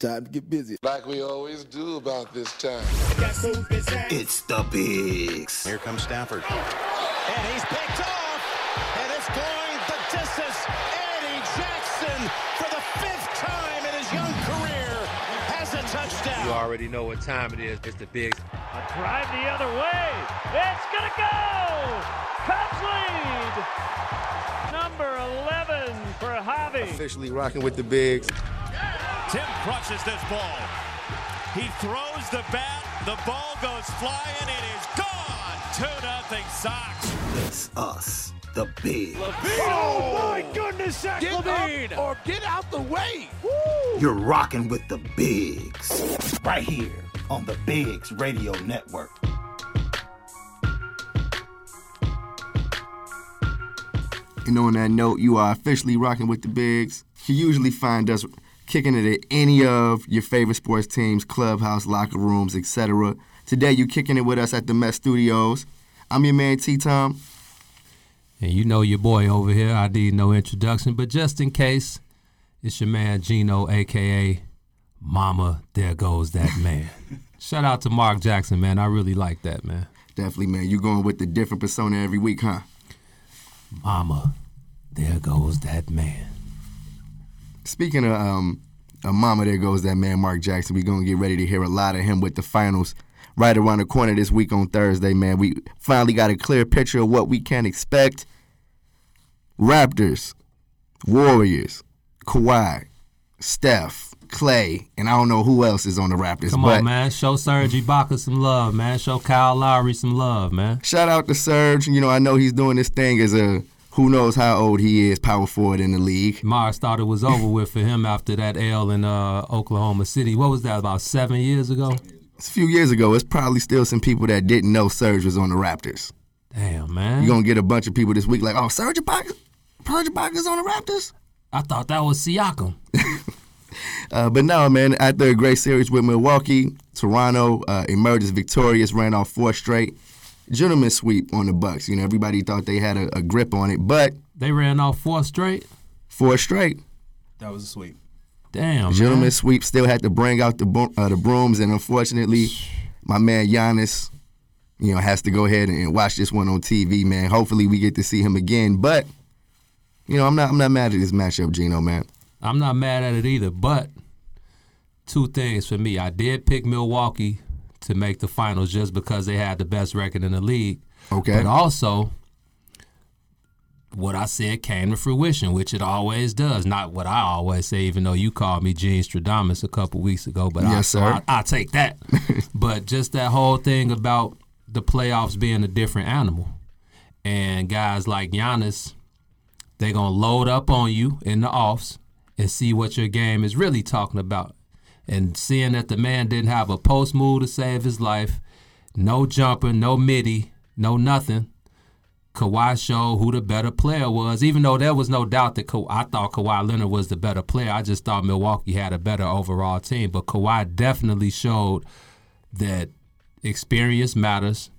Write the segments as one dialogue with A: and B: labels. A: time to get busy.
B: Like we always do about this time.
C: It's the Bigs.
D: Here comes Stafford.
E: And he's picked off. And it's going the distance. Eddie Jackson, for the fifth time in his young career, has a touchdown.
F: You already know what time it is. It's the Bigs.
G: A drive the other way. It's going to go. Cubs lead. Number 11 for Javi.
F: Officially rocking with the Bigs.
H: Tim crushes this ball. He throws the bat. The ball goes flying. It is gone. 2 nothing Sox.
C: It's us, the Bigs.
E: Oh, my goodness, Zach Levine.
B: or get out the way.
C: You're rocking with the Bigs. Right here on the Bigs Radio Network.
I: And on that note, you are officially rocking with the Bigs. You usually find us kicking it at any of your favorite sports teams, clubhouse, locker rooms, etc. Today, you kicking it with us at the Met Studios. I'm your man T Tom.
J: And you know your boy over here. I need no introduction, but just in case, it's your man Gino, aka Mama. There goes that man. Shout out to Mark Jackson, man. I really like that, man.
I: Definitely, man. You going with the different persona every week, huh?
J: Mama. There goes that man.
I: Speaking of um, a mama, there goes that man Mark Jackson. We gonna get ready to hear a lot of him with the finals right around the corner this week on Thursday, man. We finally got a clear picture of what we can expect. Raptors, Warriors, Kawhi, Steph, Clay, and I don't know who else is on the Raptors.
J: Come
I: but
J: on, man. Show Serge Ibaka some love, man. Show Kyle Lowry some love, man.
I: Shout out to Serge. You know, I know he's doing this thing as a who knows how old he is, power forward in the league.
J: Mars thought it was over with for him after that L in uh, Oklahoma City. What was that, about seven years ago?
I: It's a few years ago, it's probably still some people that didn't know Serge was on the Raptors.
J: Damn, man.
I: You're gonna get a bunch of people this week like, oh, Serge Ibaka, Serge Ibaka's on the Raptors.
J: I thought that was Siakam.
I: Uh, but no, man, after a great series with Milwaukee, Toronto uh, emerges victorious, ran off four straight. Gentleman sweep on the Bucks. You know, everybody thought they had a, a grip on it, but
J: They ran off four straight.
I: four straight.
K: That was a sweep.
J: Damn,
I: Gentleman
J: man.
I: sweep still had to bring out the bro- uh, the brooms, and unfortunately, my man Giannis, you know, has to go ahead and, and watch this one on TV, man. Hopefully, we get to see him again. But you know, I'm not I'm not mad at this matchup, Gino, man.
J: I'm not mad at it either, but two things for me. I did pick Milwaukee to make the finals just because they had the best record in the league.
I: Okay.
J: But also, what I said came to fruition, which it always does. Not what I always say, even though you called me Gene Stradamus a couple weeks ago, but I,
I: Yes,
J: so
I: sir.
J: I, I take that. but just that whole thing about the playoffs being a different animal. And guys like Giannis, they're going to load up on you in the offs and see what your game is really talking about. And seeing that the man didn't have a post move to save his life, no jumper, no midi, no nothing. Kawhi showed who the better player was, even though there was no doubt that Ka- I thought Kawhi Leonard was the better player. I just thought Milwaukee had a better overall team, but Kawhi definitely showed that experience matters.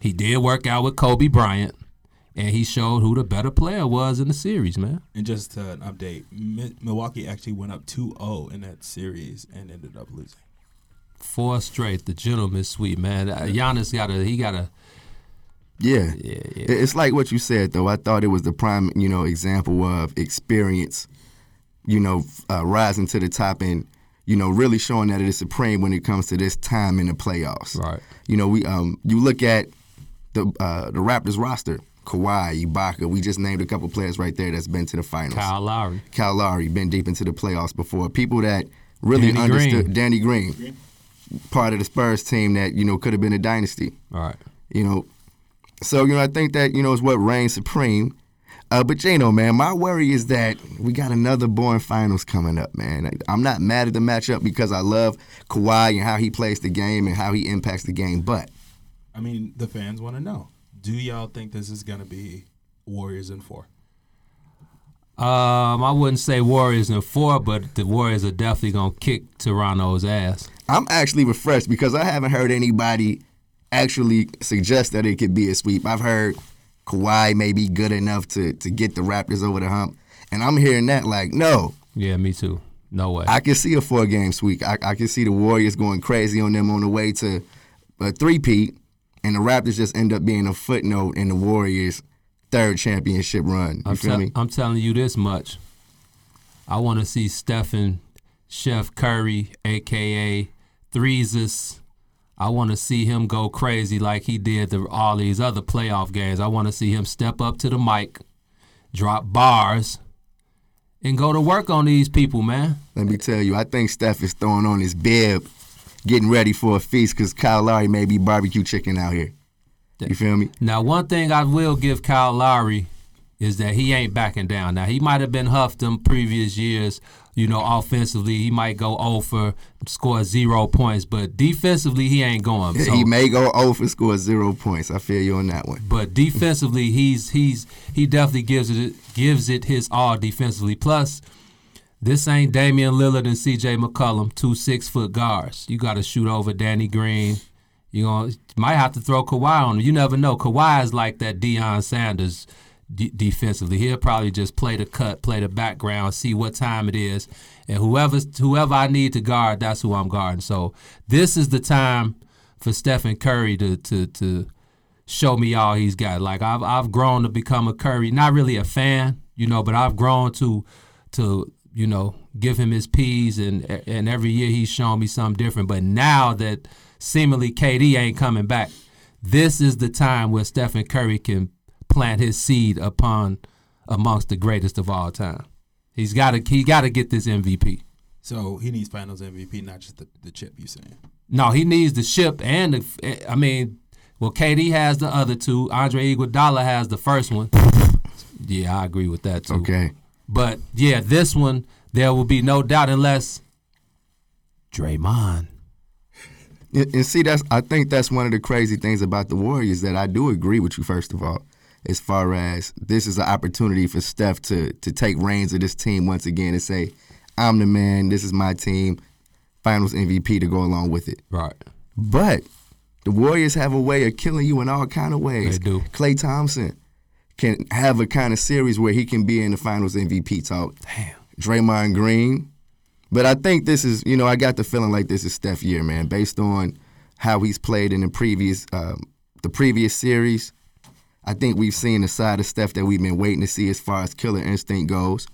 J: He did work out with Kobe Bryant, and he showed who the better player was in the series, man.
K: And just uh, an update, Mi- Milwaukee actually went up 2-0 in that series and ended up losing.
J: Four straight, the gentleman sweep, man. Uh, Giannis got to, he got to,
I: Yeah. yeah, It's like what you said though. I thought it was the prime, you know, example of experience, you know, f- uh, rising to the top and you know really showing that it is supreme when it comes to this time in the playoffs.
J: Right.
I: You know, we um you look at the uh, the Raptors roster, Kawhi, Ibaka. We just named a couple players right there that's been to the finals.
J: Kyle Lowry.
I: Kyle Lowry been deep into the playoffs before. People that really
J: Danny
I: understood
J: Green.
I: Danny Green, part of the Spurs team that you know could have been a dynasty
J: All right.
I: you know. So you know, I think that you know is what reigns supreme. Uh, but you know, man, my worry is that we got another boring finals coming up, man. I, I'm not mad at the matchup because I love Kawhi and how he plays the game and how he impacts the game. But
K: I mean, the fans want to know, do y'all think this is going to be Warriors in four?
J: Um, I wouldn't say Warriors in four, but the Warriors are definitely gonna kick Toronto's ass.
I: I'm actually refreshed because I haven't heard anybody actually suggest that it could be a sweep. I've heard Kawhi may be good enough to to get the Raptors over the hump, and I'm hearing that like, no,
J: Yeah, me too. No way.
I: I can see a four game sweep. I, I can see the Warriors going crazy on them on the way to a three peat, and the Raptors just end up being a footnote in the Warriors' third championship run. You
J: I'm,
I: feel
J: tell-
I: me?
J: I'm telling you this much. I want to see Stephen Chef Curry, aka Threesus. I want to see him go crazy like he did the, all these other playoff games. I want to see him step up to the mic, drop bars, and go to work on these people, man.
I: Let me tell you, I think Steph is throwing on his bib, getting ready for a feast because Kyle Lowry may be barbecue chicken out here. You feel me?
J: Now, one thing I will give Kyle Lowry is that he ain't backing down. Now, he might have been huffed them previous years, you know, offensively. He might go over, score zero points, but defensively, he ain't going. So-
I: he may go over score zero points. I feel you on that one.
J: but defensively, he's he's he definitely gives it gives it his all defensively. Plus, this ain't Damian Lillard and C.J. McCollum, two six foot guards. You got to shoot over Danny Green. You know, might have to throw Kawhi on him. You never know. Kawhi is like that Deion Sanders de- defensively. He'll probably just play the cut, play the background, see what time it is, and whoever's whoever I need to guard, that's who I'm guarding. So this is the time for Stephen Curry to to to show me all he's got. Like I've I've grown to become a Curry, not really a fan, you know, but I've grown to to you know give him his peas, and and every year he's shown me something different. But now that seemingly KD ain't coming back, this is the time where Stephen Curry can plant his seed upon amongst the greatest of all time. He's got to he got to get this MVP.
K: So he needs Finals MVP, not just the, the chip. You saying?
J: No, he needs the ship and the. I mean, well, KD has the other two. Andre Iguodala has the first one. Yeah, I agree with that too.
I: Okay.
J: but yeah, this one there will be no doubt unless Draymond.
I: And, and see, that's I think that's one of the crazy things about the Warriors that I do agree with you. First of all, as far as this is an opportunity for Steph to to take reins of this team once again and say, "I'm the man. This is my team." Finals MVP to go along with it.
J: Right.
I: But the Warriors have a way of killing you in all kind of ways.
J: They do.
I: Clay Thompson can have a kind of series where he can be in the Finals MVP talk. Damn. Draymond Green. But I think this is, you know, I got the feeling like this is Steph year, man, based on how he's played in the previous um, the previous series. I think we've seen the side of Steph that we've been waiting to see as far as killer instinct goes.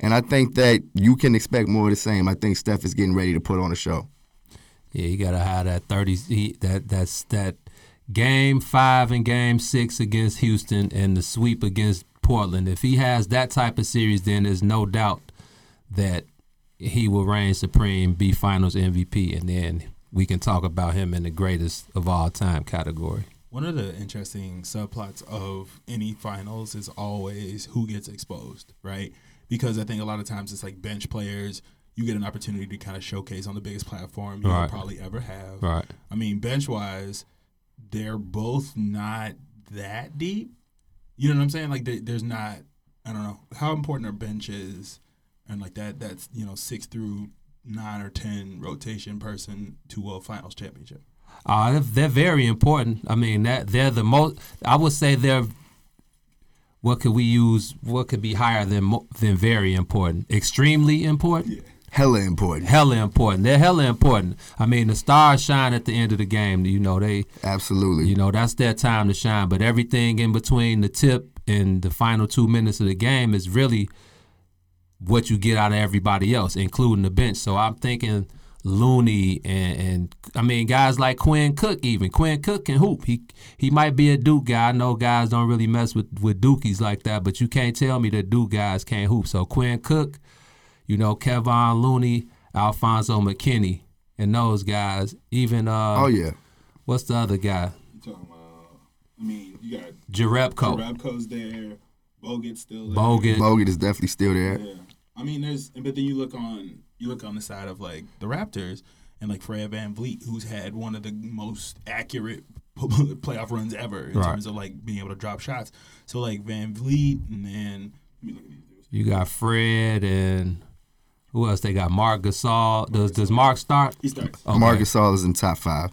I: And I think that you can expect more of the same. I think Steph is getting ready to put on a show.
J: Yeah, you gotta have that thirty. He, that that's that game five and game six against Houston and the sweep against Portland. If he has that type of series, then there's no doubt that he will reign supreme, be Finals MVP, and then we can talk about him in the greatest of all time category.
K: One of the interesting subplots of any finals is always who gets exposed, right? Because I think a lot of times it's like bench players. You get an opportunity to kind of showcase on the biggest platform you'll
J: Right.
K: probably ever have.
J: Right.
K: I mean, bench wise, they're both not that deep. You know what I'm saying? Like, there- there's not. I don't know how important are benches, and like that. That's you know six through nine or ten rotation person to a finals championship.
J: Uh, they're, they're very important. I mean, that they're the most. I would say they're. What could we use? What could be higher than mo- than very important? Extremely important.
I: Hella important.
J: Hella important. They're hella important. I mean, the stars shine at the end of the game. You know, they.
I: Absolutely.
J: You know, that's their time to shine. But everything in between the tip and the final two minutes of the game is really what you get out of everybody else, including the bench. So I'm thinking Looney and, and I mean guys like Quinn Cook even. Quinn Cook can hoop. He he might be a Duke guy. I know guys don't really mess with, with Dukies like that, but you can't tell me that Duke guys can't hoop. So Quinn Cook, you know, Kevon Looney, Alfonso McKinney, and those guys. Even uh
I: oh yeah.
J: what's the other guy?
K: You talking about? I mean, you got
J: Jarebko,
K: Rabco's there, Bogut's still there.
J: Bogut.
I: Bogut is definitely still there.
K: Yeah. I mean, there's, but then you look on, you look on the side of like the Raptors and like Fred Van Vliet, who's had one of the most accurate playoff runs ever in
J: Right.
K: terms of like being able to drop shots. So like Van Vliet, and then let me look at these dudes.
J: You got Fred and who else? They got Mark Gasol. Does does Mark start?
K: He starts.
J: Okay.
I: Marc Gasol is in top five.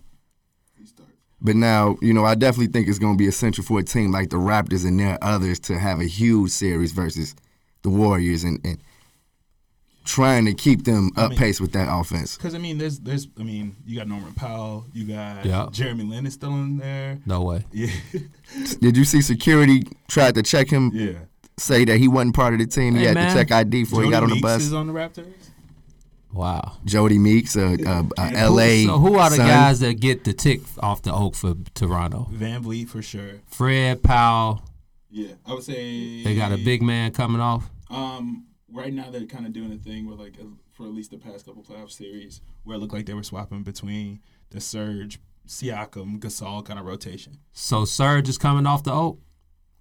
I: But now, you know, I definitely think it's going to be essential for a team like the Raptors and their others to have a huge series versus the Warriors and, and trying to keep them up
K: mean-
I: pace with that offense.
K: Because I mean, there's there's I mean, you got Norman Powell, you got
J: Yeah.
K: Jeremy Lin is still in there.
J: No way.
K: Yeah,
I: Did you see security tried to check him,
K: yeah.
I: say that he wasn't part of the team? he
J: Hey,
I: had
J: man.
I: to check ID before
K: Jody
I: he got on the
K: Meeks
I: bus.
K: is on the Raptors.
J: Wow.
I: Jody Meeks, uh, a, a, a LA.
J: So who are the
I: son.
J: guys that get the tick off the oak for Toronto?
K: Van Vliet for sure.
J: Fred Powell.
K: Yeah, I would say
J: They got a big man coming off.
K: Um, right now they're kind of doing a thing where like for at least the past couple playoff series where it looked like they were swapping between the Surge, Siakam, Gasol kind of rotation.
J: So Serge is coming off the oak.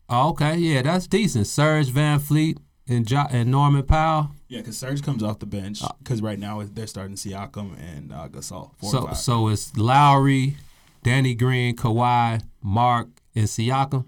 J: Oh, okay, yeah, that's decent. Serge Van Fleet and jo- and Norman Powell.
K: Yeah, because Surge comes off the bench
J: Uh,
K: because right now they're starting Siakam and uh, Gasol. Four and
J: So
K: five.
J: so it's Lowry, Danny Green, Kawhi, Mark, and Siakam.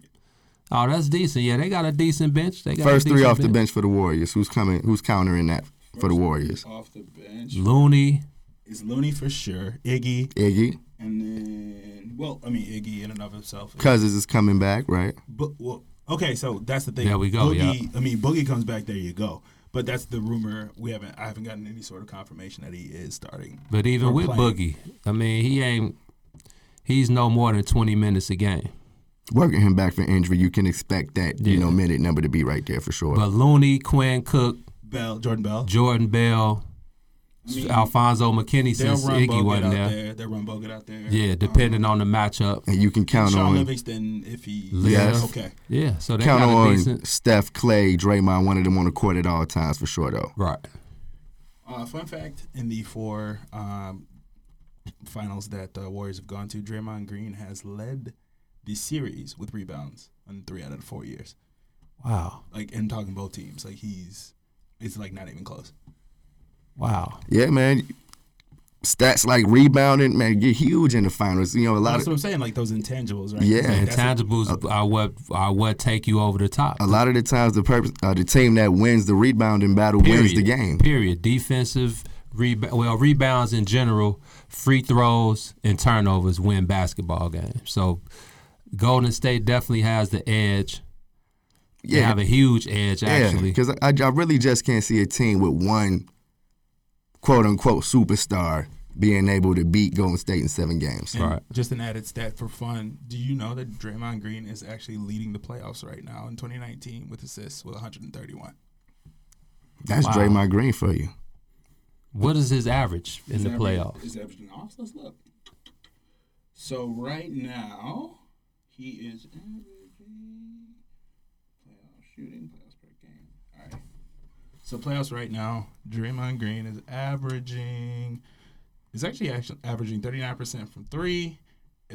J: Oh, that's decent. Yeah, they got a decent bench. They got a
I: First three
J: decent
I: off the bench for the Warriors. Who's coming? Who's countering that for the Warriors?
K: off the bench
J: Looney.
K: is Looney for sure, Iggy,
I: Iggy
K: and then well, I mean Iggy in and of himself.
I: Cousins is coming back, right?
K: But well, okay, so that's the thing.
J: There we go,
K: Boogie, I mean, Boogie comes back. There you go. But that's the rumor. We haven't. I haven't gotten any sort of confirmation that he is starting.
J: But even
K: Or
J: with
K: playing.
J: Boogie, I mean, he ain't. He's no more than twenty minutes a game.
I: Working him back from injury, you can expect that you
J: Yeah.
I: know minute number to be right there for sure.
J: But Looney, Quinn Cook,
K: Bell, Jordan Bell.
J: Jordan Bell, Alfonso McKinney,
K: They'll
J: since
K: run
J: Iggy
K: Bogut out
J: wasn't there.
K: there. They'll run Bogut out there.
J: Yeah,
K: Um,
J: depending on the matchup.
I: and you can count
K: Sean
I: on
K: Livingston if he.
J: Yes.
K: Okay.
J: Yeah, so they
I: count
J: got a
I: on
J: decent.
I: Steph, Clay, Draymond, one of them on the court at all times for sure though.
J: Right.
K: Uh, fun fact: In the four um, finals that the Warriors have gone to, Draymond Green has led the series with rebounds in three out of the four years.
J: Wow.
K: Like, and talking both teams, like he's, it's like not even close.
J: Wow.
I: Yeah, man. Stats like rebounding, man, get huge in the finals. You know, a lot
K: That's what
I: of
K: I'm saying. Like those intangibles, right?
I: Yeah.
K: Like, that's a-
J: Intangibles are what are what take you over the top.
I: a lot of the times the purpose, uh, the team that wins the rebounding battle wins the game.
J: Period. Defensive rebound. Well, rebounds in general, free throws and turnovers win basketball games. So, Golden State definitely has the edge. They have a huge edge actually.
I: because I, I really just can't see a team with one quote unquote superstar being able to beat Golden State in seven games.
K: And
J: Right.
K: Just an added stat for fun. Do you know that Draymond Green is actually leading the playoffs right now in 2019 with assists with 131?
I: That's
J: Wow.
I: Draymond Green for you.
J: What is his average in the playoffs?
K: Is averaging off? Let's look. So right now, he is averaging playoff shooting playoffs per game. All right. So playoffs right now, Draymond Green is averaging. Is actually actually averaging 39% from three,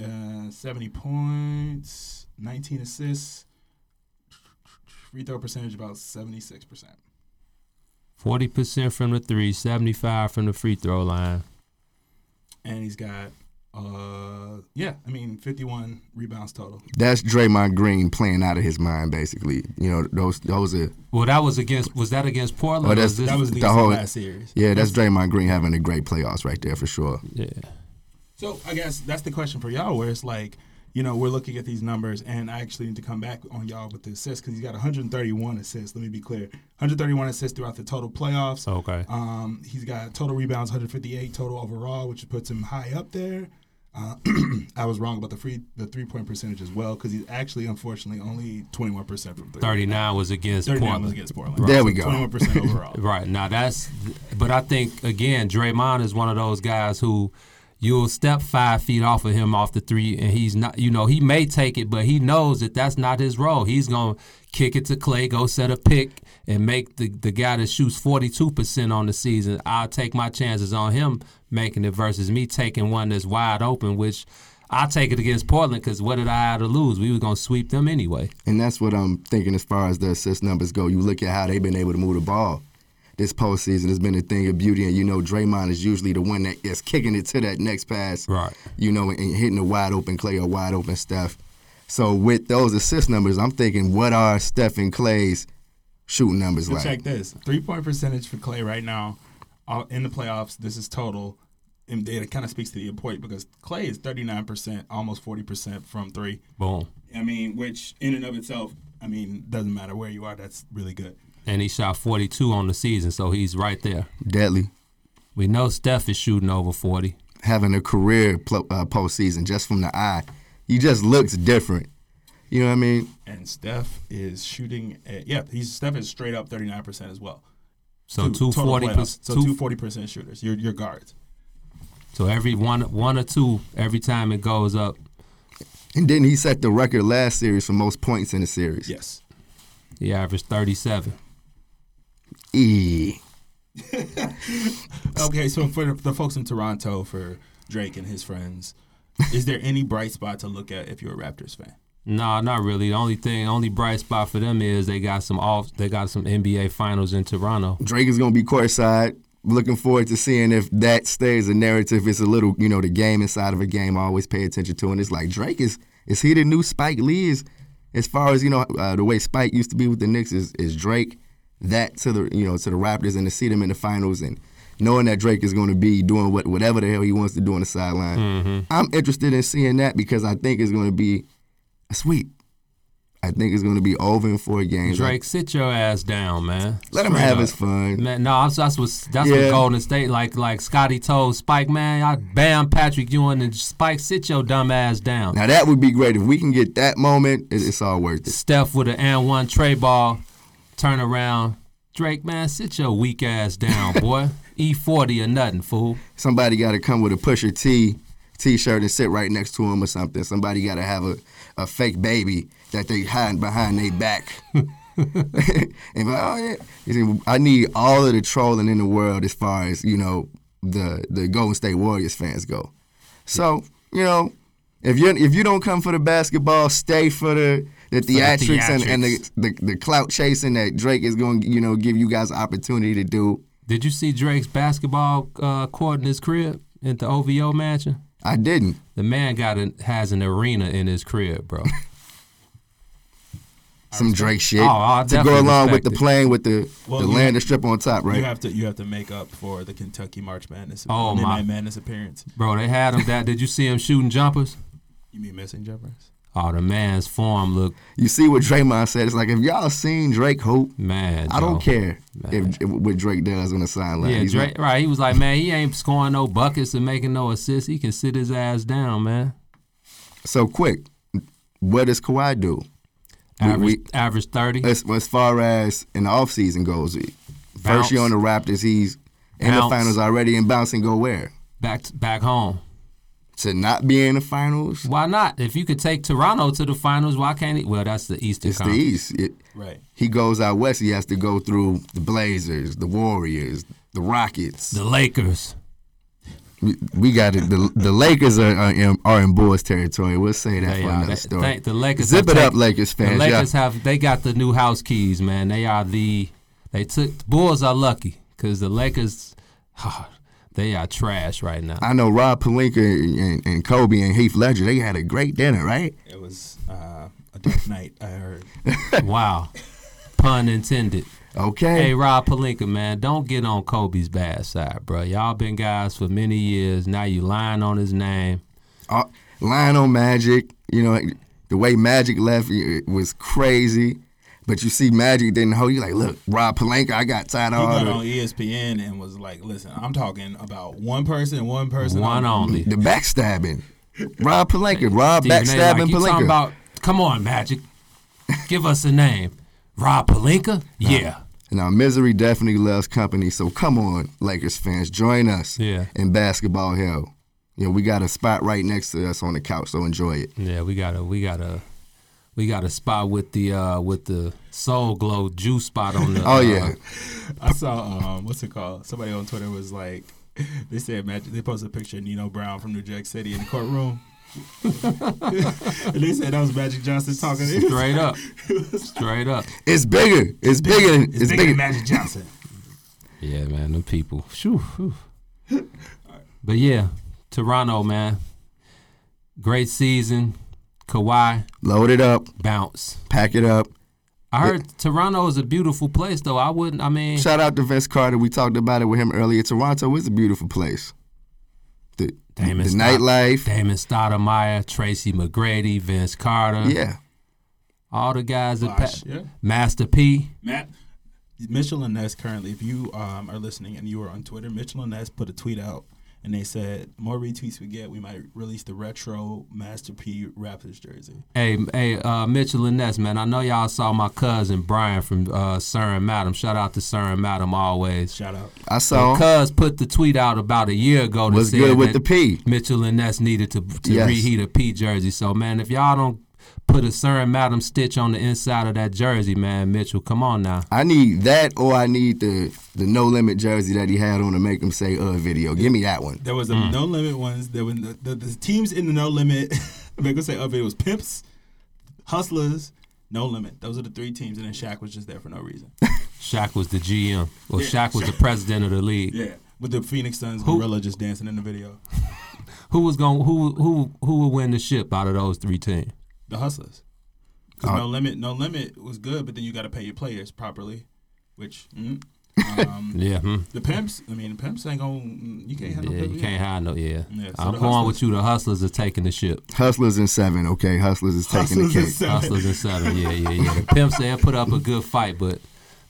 K: uh, 70 points, 19 assists, free throw percentage about 76%.
J: Forty percent from the three, 75 from the free throw line.
K: and he's got uh yeah, I mean 51 rebounds total.
I: That's Draymond Green playing out of his mind, basically. You know, those those are
J: Well, that was against. Was that against Portland?
I: Oh,
J: or
I: that's-
J: was this-
K: That was
I: The
K: the,
I: whole-
K: last series.
I: yeah, that's Draymond Green having a great playoffs right there for sure.
J: yeah.
K: So I guess that's the question for y'all, where it's like, you know, we're looking at these numbers, and I actually need to come back on y'all with the assists because he's got 131 assists. Let me be clear, 131 assists throughout the total playoffs.
J: Oh, Okay.
K: Um, he's got total rebounds 158 total overall, which puts him high up there. Uh, I was wrong about the free the three point percentage as well because he's actually unfortunately only 21 percent from three.
J: 39 was against
K: 39
J: Portland.
K: was against Portland.
I: There we go.
K: 21% overall.
J: Right. Now that's but I think again Draymond is one of those guys who you'll step 5 feet off of him off the 3 and he's not you know he may take it but he knows that that's not his role. He's going to kick it to Clay, go set a pick and make the the guy that shoots 42% on the season. I'll take my chances on him making it versus me taking one that's wide open which I take it against Portland because what did I have to lose? We were gonna sweep them anyway.
I: And that's what I'm thinking as far as the assist numbers go. You look at how they've been able to move the ball this postseason. It's been a thing of beauty, and you know Draymond is usually the one that is kicking it to that next pass,
J: Right.
I: You know, and hitting a wide open Clay or wide open Steph. So with those assist numbers, I'm thinking, what are Steph and Clay's shooting numbers
K: So
I: like?
K: check this. Three point percentage for Clay right now uh, in the playoffs. This is total. And it kind of speaks to the point because Clay is 39%, almost 40% from three.
J: Boom.
K: I mean, which in and of itself, I mean, doesn't matter where you are, that's really good.
J: and he shot 42 on the season, so he's right there.
I: Deadly.
J: We know Steph is shooting over 40.
I: having a career pl- uh, postseason just from the eye. He just looks different. You know what I mean?
K: And Steph is shooting. At, yeah, he's Steph is straight up thirty nine percent as well.
J: So
K: Two-
J: two
K: total
J: forty.
K: playoffs. So
J: two-
K: two forty percent shooters. Your your guards.
J: so every one, one or two, every time it goes up,
I: And then he set the record last series for most points in the series.
K: Yes.
J: he averaged 37.
I: E.
K: Okay, so for the, the folks in Toronto, for Drake and his friends, is there any bright spot to look at if you're a Raptors fan?
J: No, not really. The only thing, only bright spot for them is they got some off. They got some NBA finals in Toronto.
I: Drake is going to be courtside. Looking forward to seeing if that stays a narrative. It's a little, you know, the game inside of a game I always pay attention to. And it's like, Drake is, is he the new Spike Lee? Is, as far as, you know, uh, the way Spike used to be with the Knicks, is, is Drake that to the, you know, to the Raptors and to see them in the finals and knowing that Drake is going to be doing what, whatever the hell he wants to do on the sideline.
J: Mm-hmm.
I: I'm interested in seeing that because I think it's going to be a sweep. I think it's going to be over in four games.
J: Drake, sit your ass down, man.
I: Let him
J: Straight
I: have
J: up.
I: his fun.
J: Man, no, that's, that's what that's
I: Yeah.
J: what Golden State like. Like Scotty told Spike, man, I bam Patrick Ewing and Spike, sit your dumb ass down.
I: Now that would be great if we can get that moment. It, it's all worth it.
J: Steph with an and one tray ball, turn around. Drake, man, sit your weak ass down, boy. E forty or nothing, fool.
I: Somebody got to come with a Pusher T T-shirt and sit right next to him or something. Somebody got to have a, a fake baby that they hiding behind their back. and be like, oh yeah, You see, I need all of the trolling in the world as far as you know the the Golden State Warriors fans go. So you know. If you if you don't come for the basketball, stay for the the theatrics, and, and the,
J: theatrics.
I: the the clout chasing that Drake is going to you know give you guys opportunity to do.
J: Did you see Drake's basketball uh, court in his crib at the OVO mansion?
I: I didn't.
J: The man got an, has an arena in his crib, bro.
I: Some Drake shit
J: Oh, I
I: to go
J: definitely
I: along with
J: respect
I: the
J: it.
I: plane with the
K: Well,
I: the
K: you-
I: lander strip on top,
K: You
I: right?
K: have to you have to make up for the Kentucky March Madness,
J: Oh,
K: Midnight
J: my.
K: Madness appearance.
J: bro, they had him that. Did you see him shooting jumpers?
K: You mean missing jumpers?
J: Oh, the man's form looked
I: You see what Draymond said? It's like if y'all seen Drake hoop,
J: mad.
I: I
J: bro.
I: don't care if, if what Drake does on the sideline.
J: Yeah,
I: He's
J: Drake, right. He was like, man, he ain't scoring no buckets and making no assists. He can sit his ass down, man.
I: not- so quick. What does Kawhi do? We-
J: Average,
I: we-
J: average 30.
I: as, as far as in the offseason goes,
J: Bounce.
I: first year on the Raptors, he's in the
J: Bounce.
I: finals already and bouncing go where?
J: Back to, back home.
I: To not be in the finals?
J: Why not? If you could take Toronto to the finals, why can't he? Well, that's the Eastern
I: It's the
J: Conference.
I: East. It-
K: Right.
I: he goes out west, he has to go through the Blazers, the Warriors, the Rockets.
J: The Lakers.
I: we, we got it. The, the Lakers are, are, in, are in Bulls territory. We'll say that
J: They
I: for
J: are.
I: another
J: They-
I: story.
J: thank- the Lakers
I: Zip
J: have
I: it up,
J: taken-
I: Lakers fans.
J: The Lakers
I: yeah.
J: have they got the new house keys, man. They are the they took the Bulls are lucky because the Lakers they are trash right now.
I: I know Rob Palinka and, and Kobe and Heath Ledger. They had a great dinner, right?
K: It was uh, a dark night. I heard.
J: wow, pun intended.
I: Okay.
J: Hey Rob Palinka, man, don't get on Kobe's bad side, bro. Y'all been guys for many years. Now you lying on his name.
I: uh, Lionel Magic, you know, the way Magic left it was crazy. But you see, Magic didn't hold you like, look, Rob Palenka, I got tired of
J: Oh,
K: He
I: all
K: got
I: the,
K: on E ESPN and was like, "Listen, I'm talking about one person, one person,
J: One
K: only."
J: only.
I: the backstabbing. Rob Palenka, Rob
J: Stephen A,
I: backstabbing
J: like, you
I: Palenka.
J: talking about? Come on, Magic, give us a name. Rob Palinka? Yeah.
I: now, misery definitely loves company. So come on, Lakers fans, join us
J: Yeah.
I: in basketball hell. You know, we got a spot right next to us on the couch, so enjoy it.
J: Yeah, we got a we got a we got a spot with the uh with the Soul Glow juice spot on the.
I: Oh,
J: uh,
I: yeah.
K: I saw um, what's it called? Somebody on Twitter was like, they said Magic. They posted a picture of Nino Brown from New Jack City in the courtroom. and they said that was Magic Johnson talking. It was-
J: straight up, straight up.
I: It's bigger. It's bigger. than-
K: It's bigger than Magic Johnson.
J: Yeah, man, them people. Shoo, whew. But yeah, Toronto, man, great season. Kawhi
I: Load it up.
J: bounce.
I: Pack it up.
J: I heard Toronto is a beautiful place, though. I wouldn't. I mean,
I: Shout out to Vince Carter. We talked about it with him earlier. Toronto is a beautiful place. The,
J: Damon
I: the
J: Stott-
I: nightlife.
J: Damon Stoudemire, Tracy McGrady, Vince Carter,
I: Yeah.
J: all the guys that
K: Bosh,
J: pa-
K: yeah.
J: Master P.
K: Matt, Mitchell and Ness currently, if you um, are listening and you are on Twitter, Mitchell and Ness put a tweet out and they said, more retweets we get, we might release the retro Master P Raptors jersey.
J: Hey, m- hey, uh, Mitchell and Ness, man. I know y'all saw my cousin Brian from uh, Sir and Madam. Shout out to Sir and Madam always.
K: Shout out.
I: I saw him.
J: Cuz put the tweet out about a year ago. that
I: Was
J: said
I: good with
J: that
I: the P.
J: Mitchell and Ness needed to, to
I: Yes.
J: reheat a P jersey. So man, if y'all don't put a Sir and Madam stitch on the inside of that jersey, man, Mitchell, come on now.
I: I need that, or I need the the no limit jersey that he had on to make him say "uh" video. Give me that one.
K: There was the No Limit ones. There was the, the, the teams in the No Limit. I'm going to say up it was Pimps, Hustlers, No Limit. Those are the three teams. And then Shaq was just there for no reason.
J: Shaq was the GM, or Shaq was the president of the league.
K: yeah. With the Phoenix Suns gorilla just dancing in the video.
J: Who was going? Who who who would win the ship out of those three teams?
K: The Hustlers. 'Cause no limit, no limit was good, but then you got to pay your players properly, which mm, um,
J: Yeah, hmm.
K: the pimps. I mean, the pimps ain't going. You can't have no
J: yeah, you
K: pimps.
J: can't hide no. Yeah,
K: Yeah, so
J: I'm
K: the
J: going
K: Hustlers-
J: with you. The hustlers are taking the ship.
I: Hustlers and seven. Okay, Hustlers is taking
K: Hustlers
I: the
K: and
I: cake.
K: seven.
J: Hustlers and seven. Yeah, yeah, yeah. The pimps they put up a good fight, but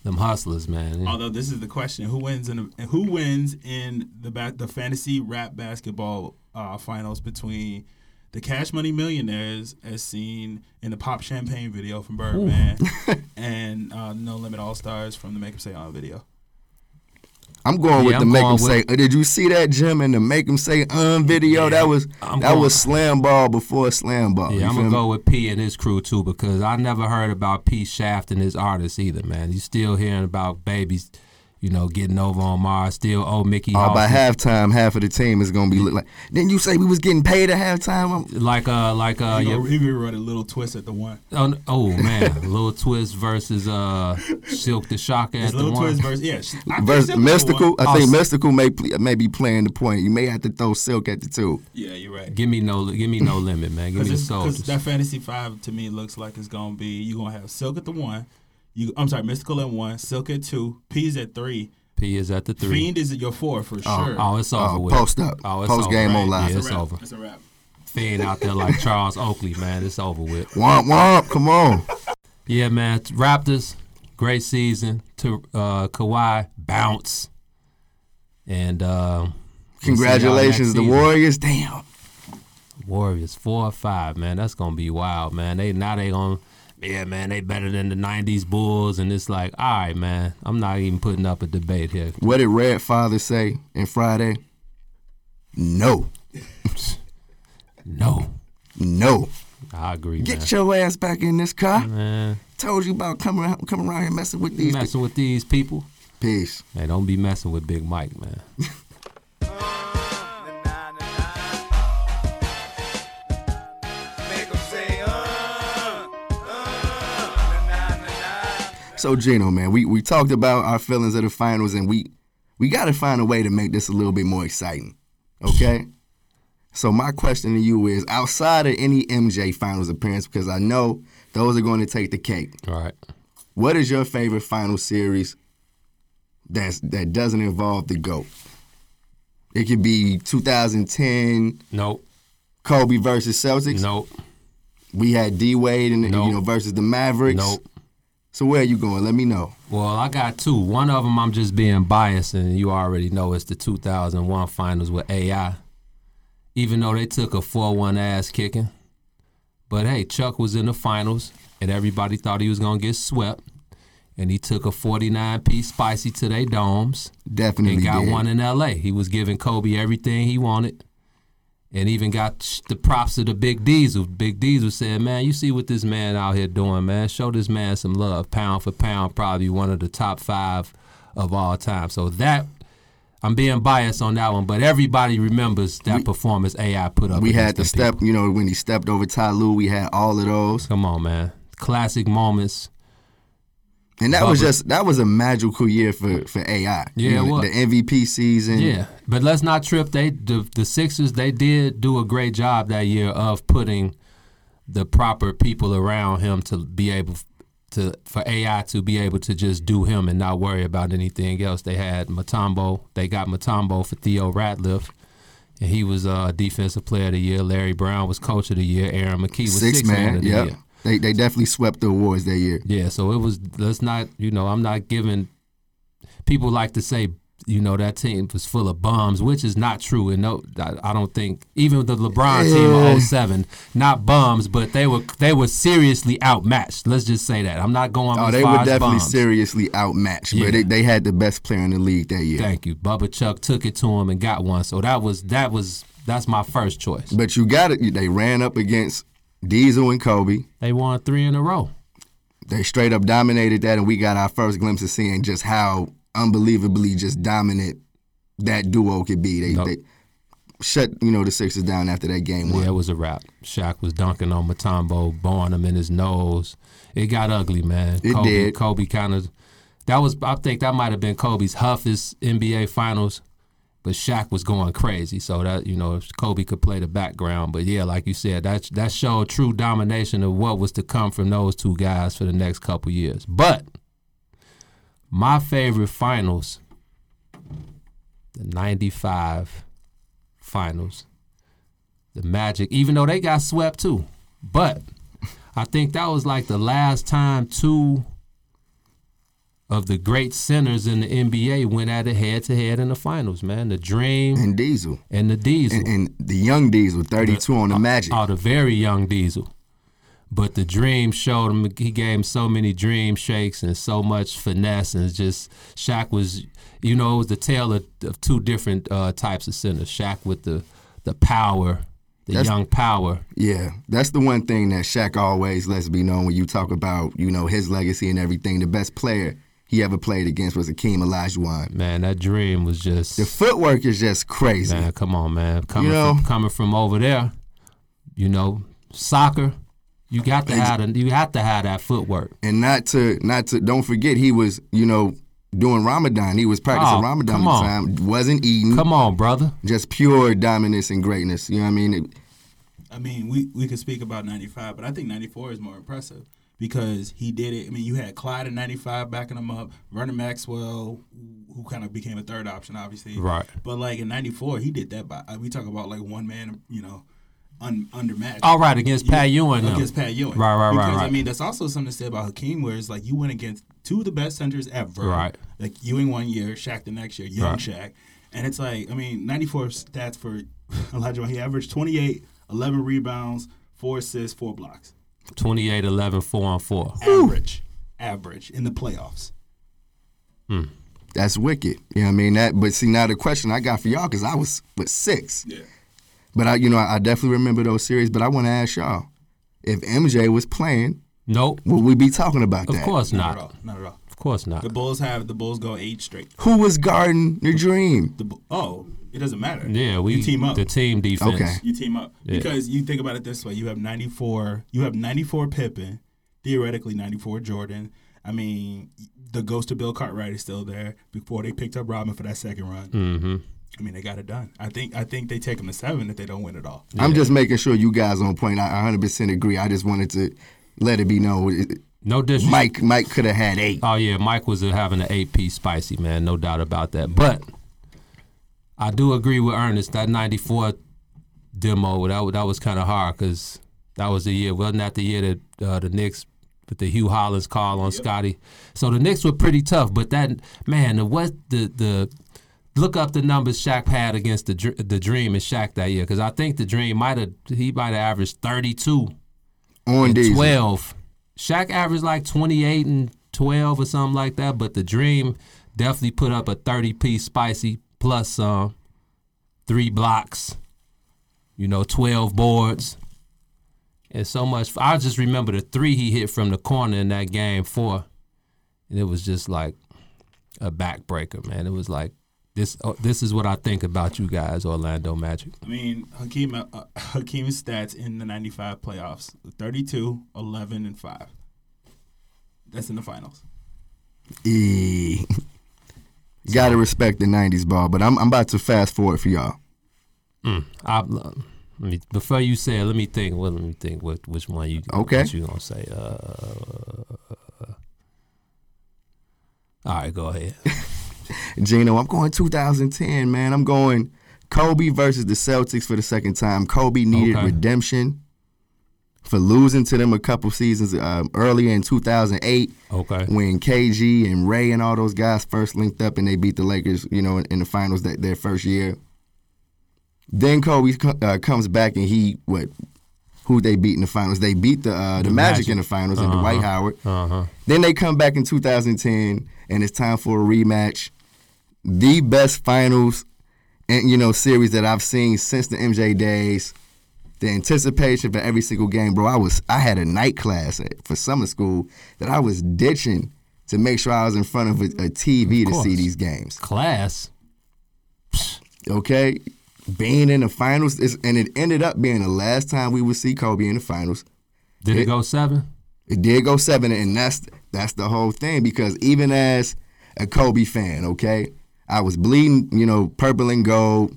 J: them hustlers, man.
K: Although this is the question: Who wins in the, who wins in the ba- the fantasy rap basketball uh, finals between the Cash Money Millionaires, as seen in the Pop Champagne video from Birdman, and uh, No Limit All Stars from the Make 'Em Say On video?
I: I'm going with
J: Yeah,
I: the
J: I'm
I: make him
J: going
I: say.
J: with-
I: "Uh," Did you see that Jim and the make him say "um" video? that was
J: I'm
I: that
J: going-
I: was slam ball before slam ball. You
J: Yeah, I'm
I: feel
J: gonna
I: me?
J: go with P and his crew too because I never heard about P Shaft and his artists either, man. You still hearing about babies, you know, getting over on Mars. Still, oh Mickey,
I: Oh, by
J: Hawkins.
I: halftime, half of the team is gonna be look like. Then you say we was getting paid at halftime. I'm-
J: like uh, like uh,
K: You
J: your-
K: know, he wrote a little twist at the one.
J: Oh, n- oh, man, Lil Twist versus uh Silk the Shocker at
K: It's
J: the
K: Lil
J: one.
K: Twist versus yeah, she- I think
I: Verse,
K: Silk was the
I: mystical,
K: one.
I: I
J: Oh,
I: think
J: s-
I: mystical may pl- may be playing the point. You may have to throw silk at the two.
K: Yeah, you're right.
J: Give me no, give me no limit, man. Give me the
K: Because
J: soldiers.
K: that fantasy five to me looks like it's gonna be you gonna have Silk at the one, you I'm sorry, Mystical at one, Silk at two, P's at three,
J: P is at the three.
K: Fiend is at your four for sure.
J: Oh, it's over
I: Oh,
J: with.
I: post up.
J: Oh, it's
I: Post
J: over.
I: game on
J: Right.
I: live.
K: It's
J: Yeah, it's
K: a wrap.
J: over.
K: It's a wrap.
J: Fiend out there like Charles Oakley, man. It's over with.
I: Womp womp. Come on.
J: Yeah, man. Raptors, great season. To uh, Kawhi, bounce. And uh, we'll see y'all next
I: Congratulations, the
J: season.
I: Warriors. Damn.
J: Warriors four or five, man. That's gonna be wild, man. They now they gonna yeah, man. They better than the '90s Bulls, and it's like, all right, man. I'm not even putting up a debate here.
I: What did Red Father say in Friday? No,
J: No,
I: no.
J: I agree,
I: Get
J: man.
I: your ass back in this car.
J: man,
I: Told you about coming around, coming around here messing with
J: you
I: these.
J: messing with these people,
I: Peace.
J: man. Don't be messing with Big Mike, man.
I: So Gino, man, we, we talked about our feelings of the finals, and we we got to find a way to make this a little bit more exciting. Okay. So my question to you is, outside of any MJ finals appearance, because I know those are going to take the cake.
J: All right.
I: What is your favorite final series that's that doesn't involve the GOAT? It could be 2010
J: Nope.
I: Kobe versus Celtics.
J: Nope.
I: We had D Wade and
J: Nope.
I: you know versus the Mavericks.
J: Nope.
I: So where are you going? Let me know.
J: Well, I got two. One of them I'm just being biased, and you already know it's the 2001 finals with AI. Even though they took a 4 1 ass kicking. But hey, Chuck was in the finals, and everybody thought he was going to get swept. And he took a 49 piece spicy to their domes
I: Definitely
J: and got
I: did.
J: one in LA. He was giving Kobe everything he wanted. And even got sh- the props of the Big Diesel. Big Diesel said, "Man, you see what this man out here doing, man. Show this man some love. Pound for pound, probably one of the top five of all time." So that I'm being biased on that one, but everybody remembers that performance AI put up.
I: We had
J: against
I: the
J: them
I: step,
J: people.
I: you know, when he stepped over Ty Lue, we had all of those.
J: Come on, man. Classic moments.
I: And that was
J: Bubba.
I: just that was a magical year for for AI. You
J: Yeah, it
I: know,
J: was.
I: the MVP season.
J: Yeah, but let's not trip. They the, the Sixers they did do a great job that year of putting the proper people around him to be able to for AI to be able to just do him and not worry about anything else. They had Matombo. They got Matombo for Theo Ratliff. And he was uh, defensive player of the year. Larry Brown was coach of the year. Aaron McKee was
I: six, man.
J: of the
I: yep.
J: year.
I: They they definitely swept the awards that year.
J: Yeah, so it was. Let's not. You know, I'm not giving people like to say, you know, that team was full of bums, which is not true. And no, I, I don't think even the LeBron team of 07, not bums, but they were they were seriously outmatched. Let's just say that. I'm not going.
I: Oh,
J: as
I: they
J: far
I: were
J: as
I: definitely
J: bums.
I: seriously outmatched,
J: Yeah.
I: but they, they had the best player in the league that year.
J: Thank you, Bubba Chuck took it to him and got one. So that was that was that's my first choice.
I: But you got it. They ran up against Diesel and Kobe.
J: They won three in a row.
I: They straight up dominated that, and we got our first glimpse of seeing just how unbelievably just dominant that duo could be. They,
J: Yup.
I: they shut you know the Sixers down after that game one.
J: Yeah, it was a wrap. Shaq was dunking on Matombo, boring him in his nose. It got ugly, man.
I: It
J: Kobe,
I: did.
J: Kobe kind of. That was, I think, that might have been Kobe's toughest NBA Finals, but Shaq was going crazy. So that you know, Kobe could play the background, but yeah, like you said, that that showed true domination of what was to come from those two guys for the next couple years. But my favorite Finals, the '95 Finals the Magic, even though they got swept too. But I think that was like the last time two of the great centers in the NBA went at it head to head in the finals, man. The Dream
I: And Diesel
J: and the Diesel.
I: and, and the young Diesel, thirty two on the Magic.
J: Oh, the very young Diesel. But the dream showed him. He gave him so many dream shakes and so much finesse, and it's just Shaq was, you know, it was the tale of, of two different uh, types of centers. Shaq with the the power, the
I: That's-
J: young power,
I: Yeah, that's the one thing that Shaq always lets me know when you talk about you know his legacy and everything. The best player he ever played against was Akeem Olajuwon.
J: Man, that dream was just
I: The footwork is just crazy.
J: man. Come on, man. Coming
I: know-
J: from coming from over there, you know, soccer. You got to have the, you have to have that footwork.
I: and not to not to don't forget he was you know doing Ramadan. He was practicing
J: Oh,
I: Ramadan
J: come
I: at
J: on.
I: the time. Wasn't eating.
J: Come on, brother.
I: Just pure dominance and greatness. You know what I mean? It-
K: I mean, we, we could speak about 95, but I think 94 is more impressive because he did it. I mean, you had Clyde in 95 backing him up, Vernon Maxwell, who kind of became a third option, obviously.
J: Right.
K: But, like, in 94, he did that by, uh, we talk about, like, one man, you know, un, undermatched.
J: All right, against Pat Ewing. though.
K: Against Pat Ewing.
J: Right, right, right,
K: because, I
J: right.
K: mean, that's also something to say about Hakeem, where it's like you went against two of the best centers ever.
J: Right.
K: Like Ewing one year, Shaq the next year, young
J: Right.
K: Shaq. And it's like, I mean, 94 stats for Elijah. He averaged 28, 11 rebounds, four assists, four blocks.
J: 28, 11, 4 on 4.
K: Average. Average in the playoffs.
I: that's wicked. You know what I mean? That. But see now the question I got for y'all because I was but six.
K: Yeah.
I: But I you know I, I definitely remember those series. But I want to ask y'all if MJ was playing,
J: Nope.
I: would we be talking about
J: Of
I: that?
J: course
K: Not at
J: not.
K: all. Not at all.
J: Of course not.
K: The Bulls have the Bulls go eight straight.
I: Who was guarding the dream?
K: The Bu- oh, it doesn't matter.
J: Yeah, we
K: you team up.
J: the team defense.
I: Okay.
K: You team up because you think about it this way: you have ninety four, you have ninety four Pippen, theoretically ninety four Jordan. I mean, the ghost of Bill Cartwright is still there before they picked up Robin for that second run. Mm-hmm. I mean, they got it done. I think I think they take them to seven if they don't win at all.
I: I'm just making sure you guys on point. I 100 percent agree. I just wanted to let it be known. It-
J: No disrespect.
I: Mike Mike could have had eight.
J: Oh yeah, Mike was uh, having an eight piece spicy man, no doubt about that. But I do agree with Ernest that '94 demo that wa- that was kind of hard because that was the year wasn't that the year that uh, the Knicks with the Hugh Hollins call on Scotty. So the Knicks were pretty tough, but that man, the what the the look up the numbers Shaq had against the Dr- the Dream and Shaq that year because I think the Dream might have he might have averaged 32
I: on
J: and
I: Diesel.
J: 12. Shaq averaged like 28 and 12 or something like that, but the Dream definitely put up a 30 piece spicy plus um, three blocks, you know, 12 boards. And so much. I just remember the three he hit from the corner in that game four. And it was just like a backbreaker, man. It was like, this, oh, this is what I think about you guys, Orlando Magic.
K: I mean, Hakeem uh, Hakeem's stats in the ninety five playoffs: 32, 11, and five. That's in the finals.
I: Eh. Gotta respect the '90s ball, but I'm I'm about to fast forward for y'all.
J: I, let me, before you say it, let me think. Well, let me think. What which one you
I: Okay.
J: What you gonna say? Uh, all right, go ahead.
I: Gino, I'm going 2010, man. I'm going Kobe versus the Celtics for the second time. Kobe needed
J: Okay.
I: redemption for losing to them a couple seasons um, earlier in 2008
J: Okay.
I: when KG and Ray and all those guys first linked up and they beat the Lakers, you know, in, in the finals that their first year. Then Kobe co- uh, comes back and he what who they beat in the finals? They beat the uh, the, Magic, Uh-huh.
J: Magic.
I: in the finals and Dwight Howard.
J: Uh huh.
I: Then they come back in 2010 and it's time for a rematch. The best finals and you know series that I've seen since the MJ days. The anticipation for every single game, bro. I was I had a night class at, for summer school that I was ditching to make sure I was in front of a, a TV to see
J: course.
I: these games.
J: Class.
I: Okay, being in the finals is, and it ended up being the last time we would see Kobe in the finals.
J: Did it,
I: It-
J: go seven?
I: It did go seven, and that's that's the whole thing. Because even as a Kobe fan, okay, I was bleeding, you know, purple and gold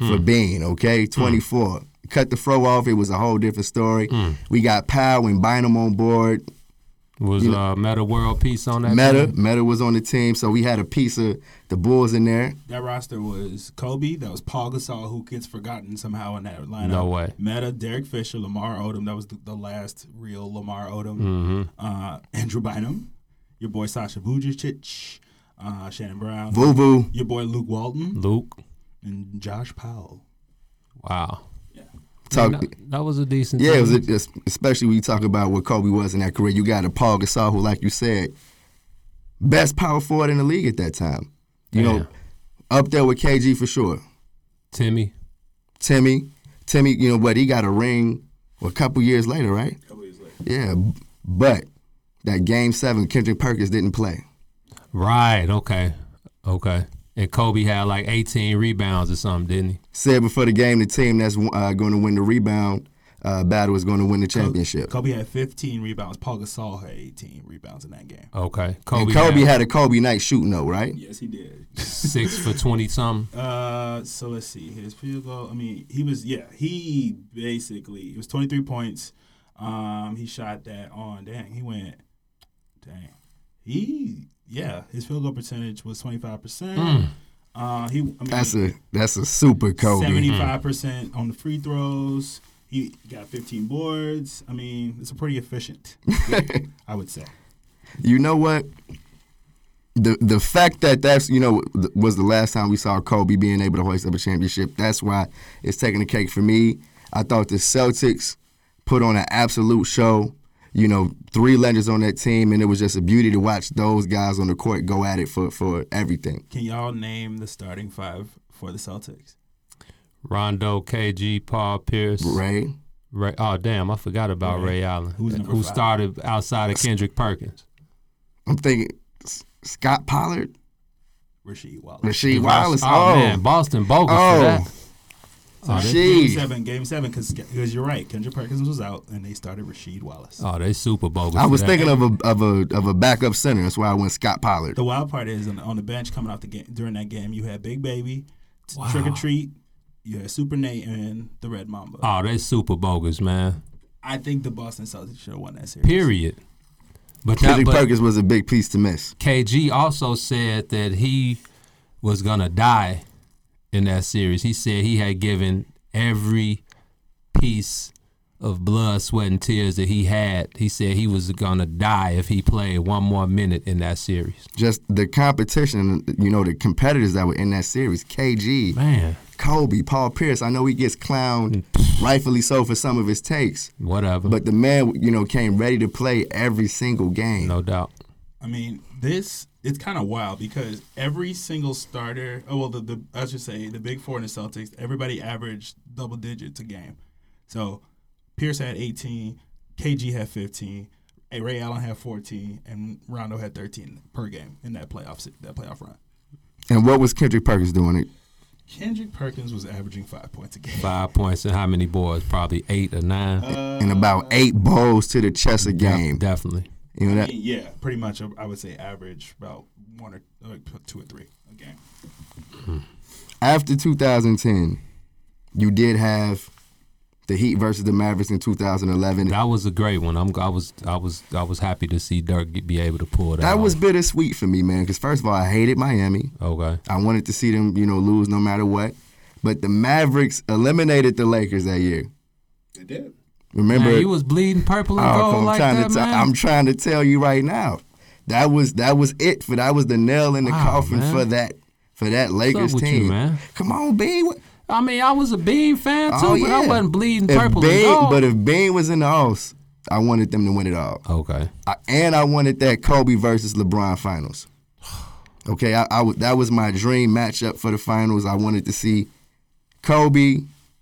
I: for being okay, twenty four. Cut the fro off. It was a whole different story. We got Powell and Bynum on board.
J: Was uh, Meta World Peace on that?
I: Meta,
J: team?
I: Meta was on the team, so we had a piece of the Bulls in there.
K: That roster was Kobe. That was Paul Gasol, who gets forgotten somehow in that lineup.
J: No way.
K: Meta, Derek Fisher, Lamar Odom. That was the, the last real Lamar Odom.
J: Mm-hmm.
K: Uh, Andrew Bynum, your boy Sasha Vujicic, uh, Shannon Brown,
I: Vuvu,
K: your boy Luke Walton,
J: Luke.
K: and Josh Powell.
J: Wow.
I: talk.
J: That, that was a decent.
I: Yeah, it was
J: team.
I: a, es- especially when you talk about what Kobe was in that career. You got a Paul Gasol, who, like you said, best power forward in the league at that time. You
J: Yeah.
I: know, up there with KG for sure.
J: Timmy.
I: Timmy, Timmy, you know what? He got a ring a couple years later, right? couple years later. Yeah, b- but that game seven, Kendrick Perkins didn't play.
J: Right. Okay. Okay. And Kobe had like 18 rebounds or something, didn't he?
I: Said before the game, the team that's uh, going to win the rebound uh, battle is going to win the championship.
K: Kobe had 15 rebounds. Paul Gasol had 18 rebounds in that game.
J: Okay.
I: and
J: Kobe,
I: Kobe
J: had
I: had a Kobe night shooting though, right?
K: Yes, he did.
J: six for 20 something.
K: Uh, so let's see. His field goal. I mean, he was yeah. He basically it was twenty three points. Um, he shot that on. Dang, he went. Dang, he yeah. His field goal percentage was twenty five percent. Uh, he I mean,
I: Mm. That's a that's a super Kobe.
K: seventy five percent on the free throws. He got fifteen boards. I mean, it's a pretty efficient. player, I would say.
I: you know what? The the fact that that's you know th- was the last time we saw Kobe being able to hoist up a championship. That's why it's taking the cake for me. I thought the Celtics put on an absolute show. You know, three legends on that team, and it was just a beauty to watch those guys on the court go at it for for everything.
K: Can y'all name the starting five for the Celtics?
J: Rondo, KG, Paul Pierce.
I: Right?
J: Ray, oh, damn. I forgot about Ray Allen,
K: Who's number
J: who
K: five?
J: started outside of Kendrick Perkins.
I: I'm thinking S- Scott Pollard,
K: Rasheed Wallace.
I: Rasheed Wallace.
J: Oh,
I: Oh,
J: man. Boston bogus
I: Oh.
J: for that.
K: Game
I: Jeez.
K: seven, game seven, because you're right. Kendrick Perkins was out, and they started Rasheed Wallace.
J: Oh, they super bogus.
I: I
J: for
I: was
J: that.
I: thinking of a of a of a backup center. That's why I went Scott Pollard.
K: The wild part is on the, on the bench coming off the game during that game. You had Big Baby, t- Trick or Treat, you had Super Nate, and the Red Mamba.
J: Oh, they super bogus, man.
K: I think the Boston Celtics should have won that series.
J: Period. But that,
I: Kendrick
J: but
I: Perkins was a big piece to miss.
J: KG also said that he was gonna die in that series. He said he had given every piece of blood, sweat, and tears that he had. He said he was gonna die if he played one more minute in that series.
I: just the competition, you know, the competitors that were in that series, KG,
J: Man,
I: Kobe, Paul Pierce. I know he gets clowned,
J: Mm.
I: rightfully so, for some of his takes,
J: whatever.
I: but the man, you know, came ready to play every single game.
J: no doubt.
K: I mean, this it's kind of wild because every single starter, oh well, the, the I should say the big four in the Celtics, everybody averaged double digits a game. So Pierce had 18, KG had 15, eh, Ray Allen had 14, and Rondo had 13 per game in that playoff se- that playoff run.
I: And what was Kendrick Perkins doing? It
K: Kendrick Perkins was averaging five points a game.
J: Five points and how many boards? Probably eight or nine.
I: in about eight bowls to the chess a
J: Def-
I: game.
J: definitely.
I: You know that.
K: Yeah, pretty much. I would say average about one or like two or three a game.
I: After 2010, you did have the Heat versus the Mavericks in 2011.
J: That was a great one. I'm. I was. I was. I was happy to see Dirk get- be able to pull that.
I: That was
J: off.
I: bittersweet for me, man, because first of all, I hated Miami.
J: okay.
I: I wanted to see them, you know, lose no matter what. But the Mavericks eliminated the Lakers that year. They did. Remember,
J: Man, you was bleeding purple and
I: Oh,
J: gold
I: I'm
J: like
I: trying
J: that,
I: to
J: man.
I: I'm trying to tell you right now. That was that was it for that was the nail in the
J: Wow,
I: coffin
J: man.
I: for that for that Lakers
J: with you,
I: team.
J: man?
I: Come on, Bean. What-
J: I mean, I was a Bean fan too,
I: oh,
J: but
I: yeah.
J: I wasn't bleeding
I: If
J: purple
I: Bean-
J: and gold.
I: But if Bean was in the house, I wanted them to win it all.
J: okay,
I: I, and I wanted that Kobe versus LeBron finals. Okay, I, I would- that was my dream matchup for the finals. I wanted to see Kobe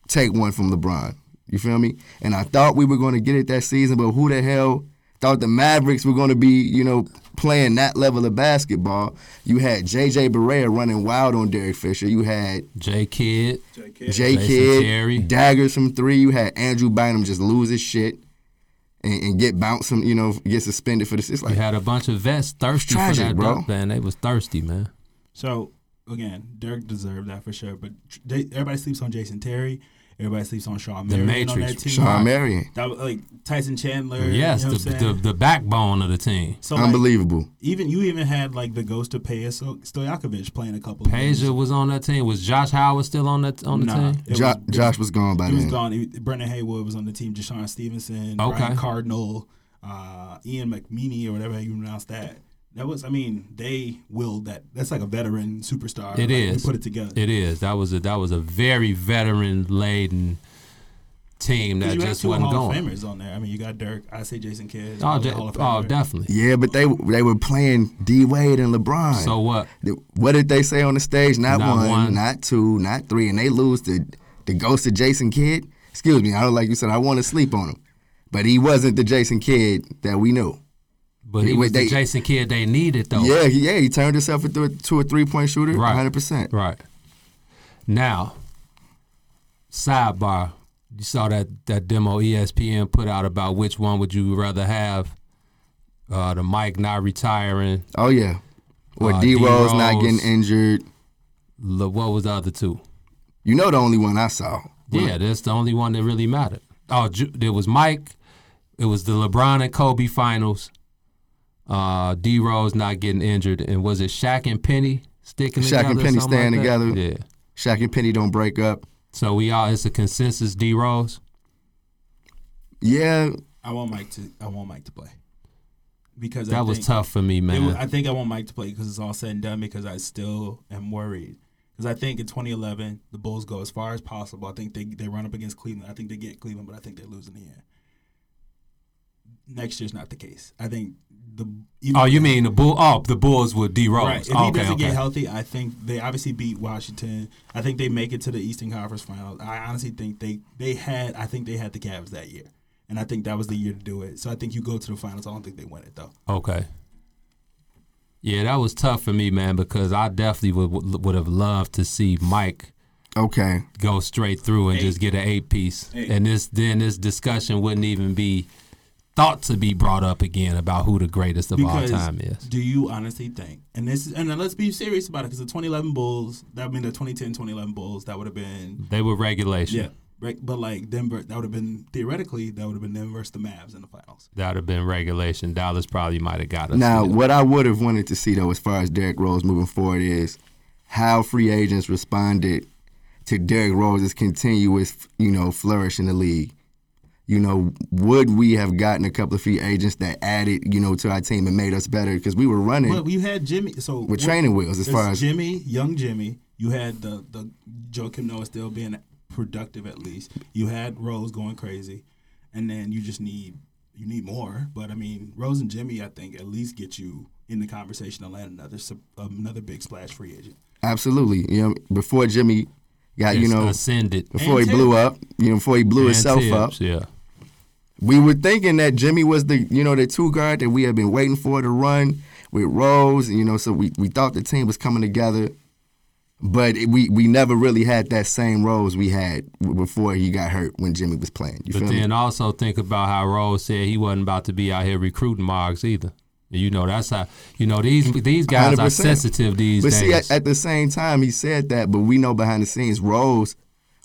I: take one from LeBron. You feel me? And I thought we were going to get it that season, but who the hell thought the Mavericks were going to be, you know, playing that level of basketball? You had J.J. Barea running wild on Derek Fisher. You had
J: J Kid,
I: J
J: Jason Terry.
I: Kidd, daggers from three. You had Andrew Bynum just lose his shit and, and get bounced, some, you know, get suspended for this. It's
J: you
I: like,
J: had a bunch of vets thirsty
I: Tragic,
J: for that
I: bro.
J: dunk, man. They was thirsty, man.
K: So again, Dirk deserved that for sure. But tr- they, everybody sleeps on Jason Terry. Everybody sleeps on Shawn
J: The
K: Marion on that
J: Matrix,
K: team.
I: Sean Marion.
K: That was like Tyson Chandler.
J: Yes,
K: you know what
J: the,
K: I'm saying?
J: the the backbone of the team.
K: so like,
I: Unbelievable.
K: even you even had like the ghost of Peja So- Stojakovic playing a couple. of games.
J: Peja was on that team. Was Josh Howard still on that on the
K: Nah,
J: team?
K: it
I: Jo-
K: was-
I: Josh was gone by
K: He was
I: then.
K: gone. He, Brendan Haywood was on the team. Deshaun Stevenson,
J: Okay.
K: Brian Cardinal, uh, Ian McMeany, or whatever you pronounce that. That was, I mean, they willed that. That's like a veteran superstar.
J: It
K: Like, we
J: is.
K: put it together.
J: It is. That was a that was a very veteran laden team
K: 'Cause
J: that
K: you had
J: just
K: two
J: wasn't
K: Hall of
J: going.
K: Famers on there. I mean, you got Dirk. I say Jason Kidd.
J: Oh,
K: another
J: de-
K: Hall of
J: oh,
K: Famer.
J: definitely.
I: Yeah, but they they were playing D Wade and LeBron.
J: So what?
I: The- what did they say on the stage? Not,
J: Not
I: one,
J: one.
I: not two, not three, and they lose to the ghost of Jason Kidd. Excuse me, I don't like you said. I want to sleep on him, but he wasn't the Jason Kidd that we knew.
J: But he
I: They-
J: was
I: they-
J: the Jason Kidd they needed though.
I: Yeah, he, yeah, he turned himself into a, to a three point shooter,
J: Right.
I: hundred percent.
J: Right. Now, sidebar. You saw that that demo E ESPN put out about which one would you rather have? Uh, the Mike not retiring.
I: Oh yeah, or
J: Uh,
I: D Rose not
J: D-Rose.
I: getting injured.
J: Le- what was the other two?
I: You know the only one I saw.
J: Yeah, that's the only one that really mattered. Oh, Ju- there was Mike. It was the LeBron and Kobe finals. Uh, D Rose not getting injured, and was it Shaq and Penny sticking
I: Shaq
J: together?
I: and
J: or
I: Penny
J: something
I: staying
J: like that?
I: together.
J: Yeah.
I: Shaq and Penny don't break up.
J: So we all it's a consensus. D Rose.
I: Yeah,
K: I want Mike to. I want Mike to play because I
J: That was
K: think-
J: tough for me,
K: It
J: man.
K: was, I think I want Mike to play because it's all said and done. Because I still am worried. Because I think in 2011 the Bulls go as far as possible. I think they they run up against Cleveland. I think they get Cleveland, but I think they lose in the end. Next year's not the case. I think the even
J: Oh, you mean the bull? Oh, the Bulls with D Rose.
K: right? If
J: okay,
K: he doesn't
J: okay.
K: get healthy, I think they obviously beat Washington. I think they make it to the Eastern Conference Finals. I honestly think they they had I think they had the Cavs that year, and I think that was the year to do it. So I think you go to the finals. I don't think they win it though.
J: Okay. Yeah, that was tough for me, man, because I definitely would would have loved to see Mike
I: okay.
J: go straight through and just get an eight piece, and this then this discussion wouldn't even be thought to be brought up again about who the greatest of all time is.
K: Do you honestly think? And this is, and let's be serious about it because the 2011 Bulls, that I mean the 2010 2011 Bulls, that would have been
J: They were regulation.
K: yeah, right, but like Denver, that would have been theoretically that would have been them versus the Mavs in the finals.
J: That'd have been regulation. Dallas probably might have got us.
I: Now,
J: there.
I: what I would have wanted to see though, as far as Derrick Rose moving forward, is how free agents responded to Derrick Rose's continuous, you know, flourish in the league. You know, would we have gotten a couple of free agents that added, you know, to our team and made us better because we were running
K: Well, you had Jimmy, so
I: with training wheels as
K: there's
I: far as
K: Jimmy, young Jimmy, you had the the Joakim Noah still being productive at least. You had Rose going crazy, and then you just need you need more. But I mean, Rose and Jimmy, I think at least get you in the conversation to land another sup- another big splash free agent.
I: absolutely, you know, before Jimmy got, you
J: It's
I: know,
J: ascended.
I: before he
K: And
I: blew up, you know, before he blew
J: And
I: himself
J: Tibbs,
I: up,
J: Yeah.
I: we were thinking that Jimmy was the you know the two guard that we had been waiting for to run with Rose, you know, so we, we thought the team was coming together, but it, we we never really had that same Rose we had w- before he got hurt when Jimmy was playing. You
J: But
I: feel
J: then
I: me?
J: also think about how Rose said he wasn't about to be out here recruiting Margs either. You know that's how you know these these guys are
I: 100%.
J: sensitive these
I: But
J: days.
I: see, at, at the same time, he said that, but we know behind the scenes, Rose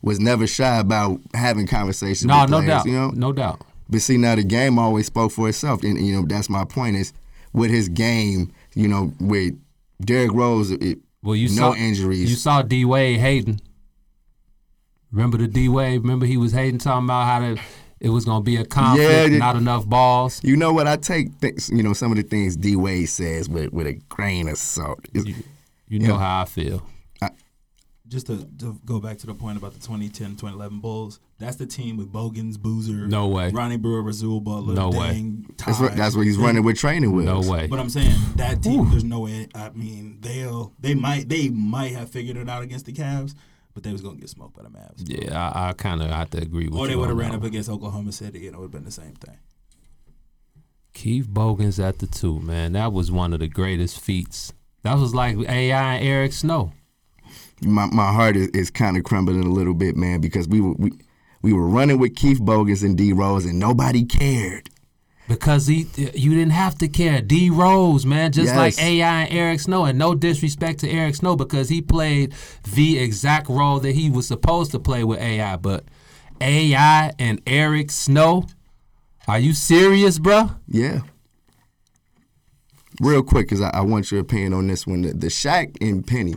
I: was never shy about having conversations.
J: no,
I: with
J: no
I: players,
J: doubt,
I: You know,
J: no doubt.
I: But see, now the game always spoke for itself, and you know that's my point is with his game, you know, with Derrick Rose, it,
J: Well, you
I: no
J: saw
I: injuries.
J: You saw D Wade hating. Remember the D Wade? Remember he was hating, talking about how to It was gonna be a conflict,
I: Yeah, it-
J: not enough balls.
I: You know what? I take things, you know some of the things D Wade says with with a grain of salt. It's-
J: You know
I: Yeah.
J: how I feel.
K: Just to, to go back to the point about the 2010 2011 Bulls, that's the team with Bogans, Boozer,
J: No way.
K: Ronnie Brewer, Razul Butler,
J: No way.
K: Dang,
I: That's what,
K: Taj.
I: that's what he's
K: They-
I: running with training wheels.
J: No way.
K: But I'm saying that team. There's no way. I mean, they'll they might they might have figured it out against the Cavs, but they was gonna get smoked by the Mavs.
J: Yeah, I, I kind of have to agree with
K: Or
J: you.
K: Oh, they would have
J: on
K: ran
J: that
K: up
J: one.
K: against Oklahoma City and it would have been the same thing.
J: Keith Bogans at the two, man. That was one of the greatest feats. That was like AI and Eric Snow.
I: my my heart is, is kind of crumbling a little bit, man, because we were we, we were running with Keith Bogus and D Rose, and nobody cared.
J: Because he, you didn't have to care. D Rose, man, just
I: Yes.
J: like AI and Eric Snow, and no disrespect to Eric Snow because he played the exact role that he was supposed to play with AI. But AI and Eric Snow, are you serious, bruh?
I: Yeah. Real quick, because I, I want your opinion on this one. The, the Shaq and Penny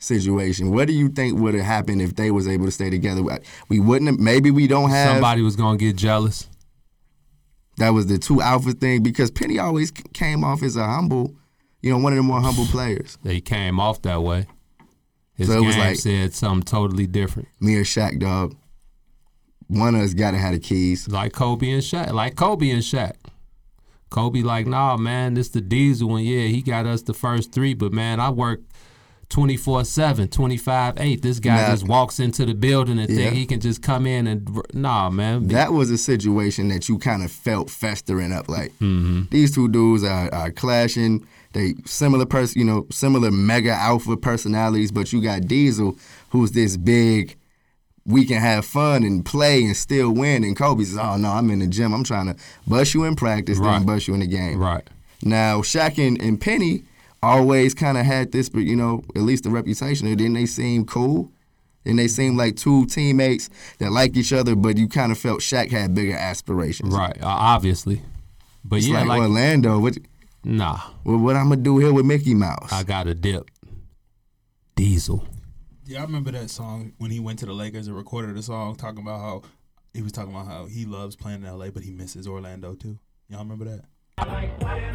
I: situation. What do you think would have happened if they was able to stay together? We wouldn't have, maybe we don't have
J: Somebody was gonna get jealous.
I: that was the two alpha thing because Penny always c- came off as a humble, you know, one of the more humble players.
J: They came off that way. His
I: So it
J: game
I: was like-
J: said something totally different.
I: Me and Shaq, dog. One of us gotta have the keys.
J: Like Kobe and Shaq. Like Kobe and Shaq. Kobe like, nah, man, this the diesel and yeah, he got us the first three, but man, I work 24-7, 25-8. This guy
I: Nah.
J: just walks into the building and
I: Yeah.
J: think he can just come in and nah, man.
I: That was a situation that you kind of felt festering up. Like
J: Mm-hmm.
I: these two dudes are, are clashing. They similar person, you know, similar mega alpha personalities. But you got Diesel, who's this big. We can have fun and play and still win. And Kobe says, "Oh no, I'm in the gym. I'm trying to bust you in practice,
J: Right.
I: then bust you in the game."
J: Right.
I: Now Shaq and, and Penny always kind of had this, but you know, at least the reputation. And then they seem cool. And they seem like two teammates that like each other, but you kind of felt Shaq had bigger aspirations.
J: Right. Uh, obviously. But
I: It's
J: yeah,
I: like,
J: like,
I: Orlando. What,
J: nah,
I: what what I'm gonna do here with Mickey Mouse?
J: I got a dip. Diesel.
K: Yeah, I remember that song when he went to the Lakers and recorded a song talking about how he was talking about how he loves playing in L.A. but he misses Orlando too. Y'all remember that?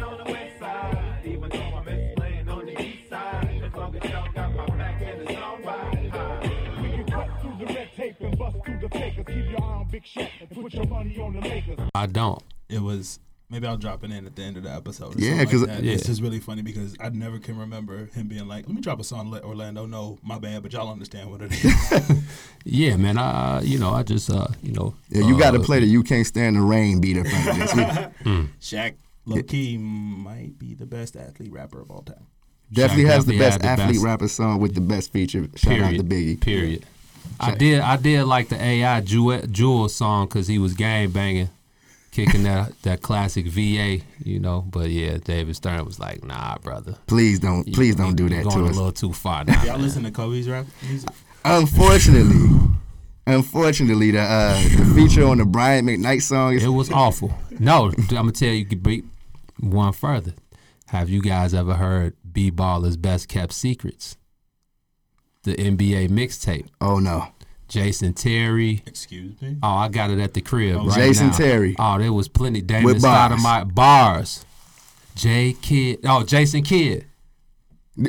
J: I don't.
K: It was maybe I'll drop it in at the end of the episode. Or
I: Yeah,
K: something
I: 'cause-
K: like that. it's
J: yeah.
K: just really funny because I never can remember him being like, "Let me drop a song, let Orlando know my bad," but y'all understand what it is.
J: Yeah, man. I, you know, I just, uh, you know,
I: yeah, you got to
J: uh,
I: play the "You Can't Stand the Rain" beat up. under this. We
K: Shaq Low-key might be the best athlete rapper of all time.
I: definitely
J: Shaq
I: has the
J: definitely
I: best
J: had the
I: athlete
J: best-
I: rapper song with the best feature. Shout out to
J: Period.
I: Biggie.
J: Period. I did. I did like the AI Jewel, Jewel song because he was gang banging, kicking that that classic VA, you know. But yeah, David Stern was like, "Nah, brother,
I: Please don't,
J: You-
I: please don't
J: you-
I: do
J: you
I: that
J: going
I: to
J: a
I: us.
J: little too far now."
K: Y'all listen to Kobe's rap music?
I: Unfortunately, unfortunately, the uh, the feature on the Brian McKnight song is
J: it was awful. No, I'm gonna tell you, you could be one further. Have you guys ever heard B Baller's Best Kept Secrets? The NBA mixtape.
I: oh no.
J: Jason Terry.
K: Excuse me.
J: Oh, I got it at the crib.
K: Oh,
J: right
I: Jason
J: now.
I: Terry.
J: Oh, there was plenty. Damon
I: With bars.
J: Stoudemire bars. J Kid. Oh, Jason Kidd.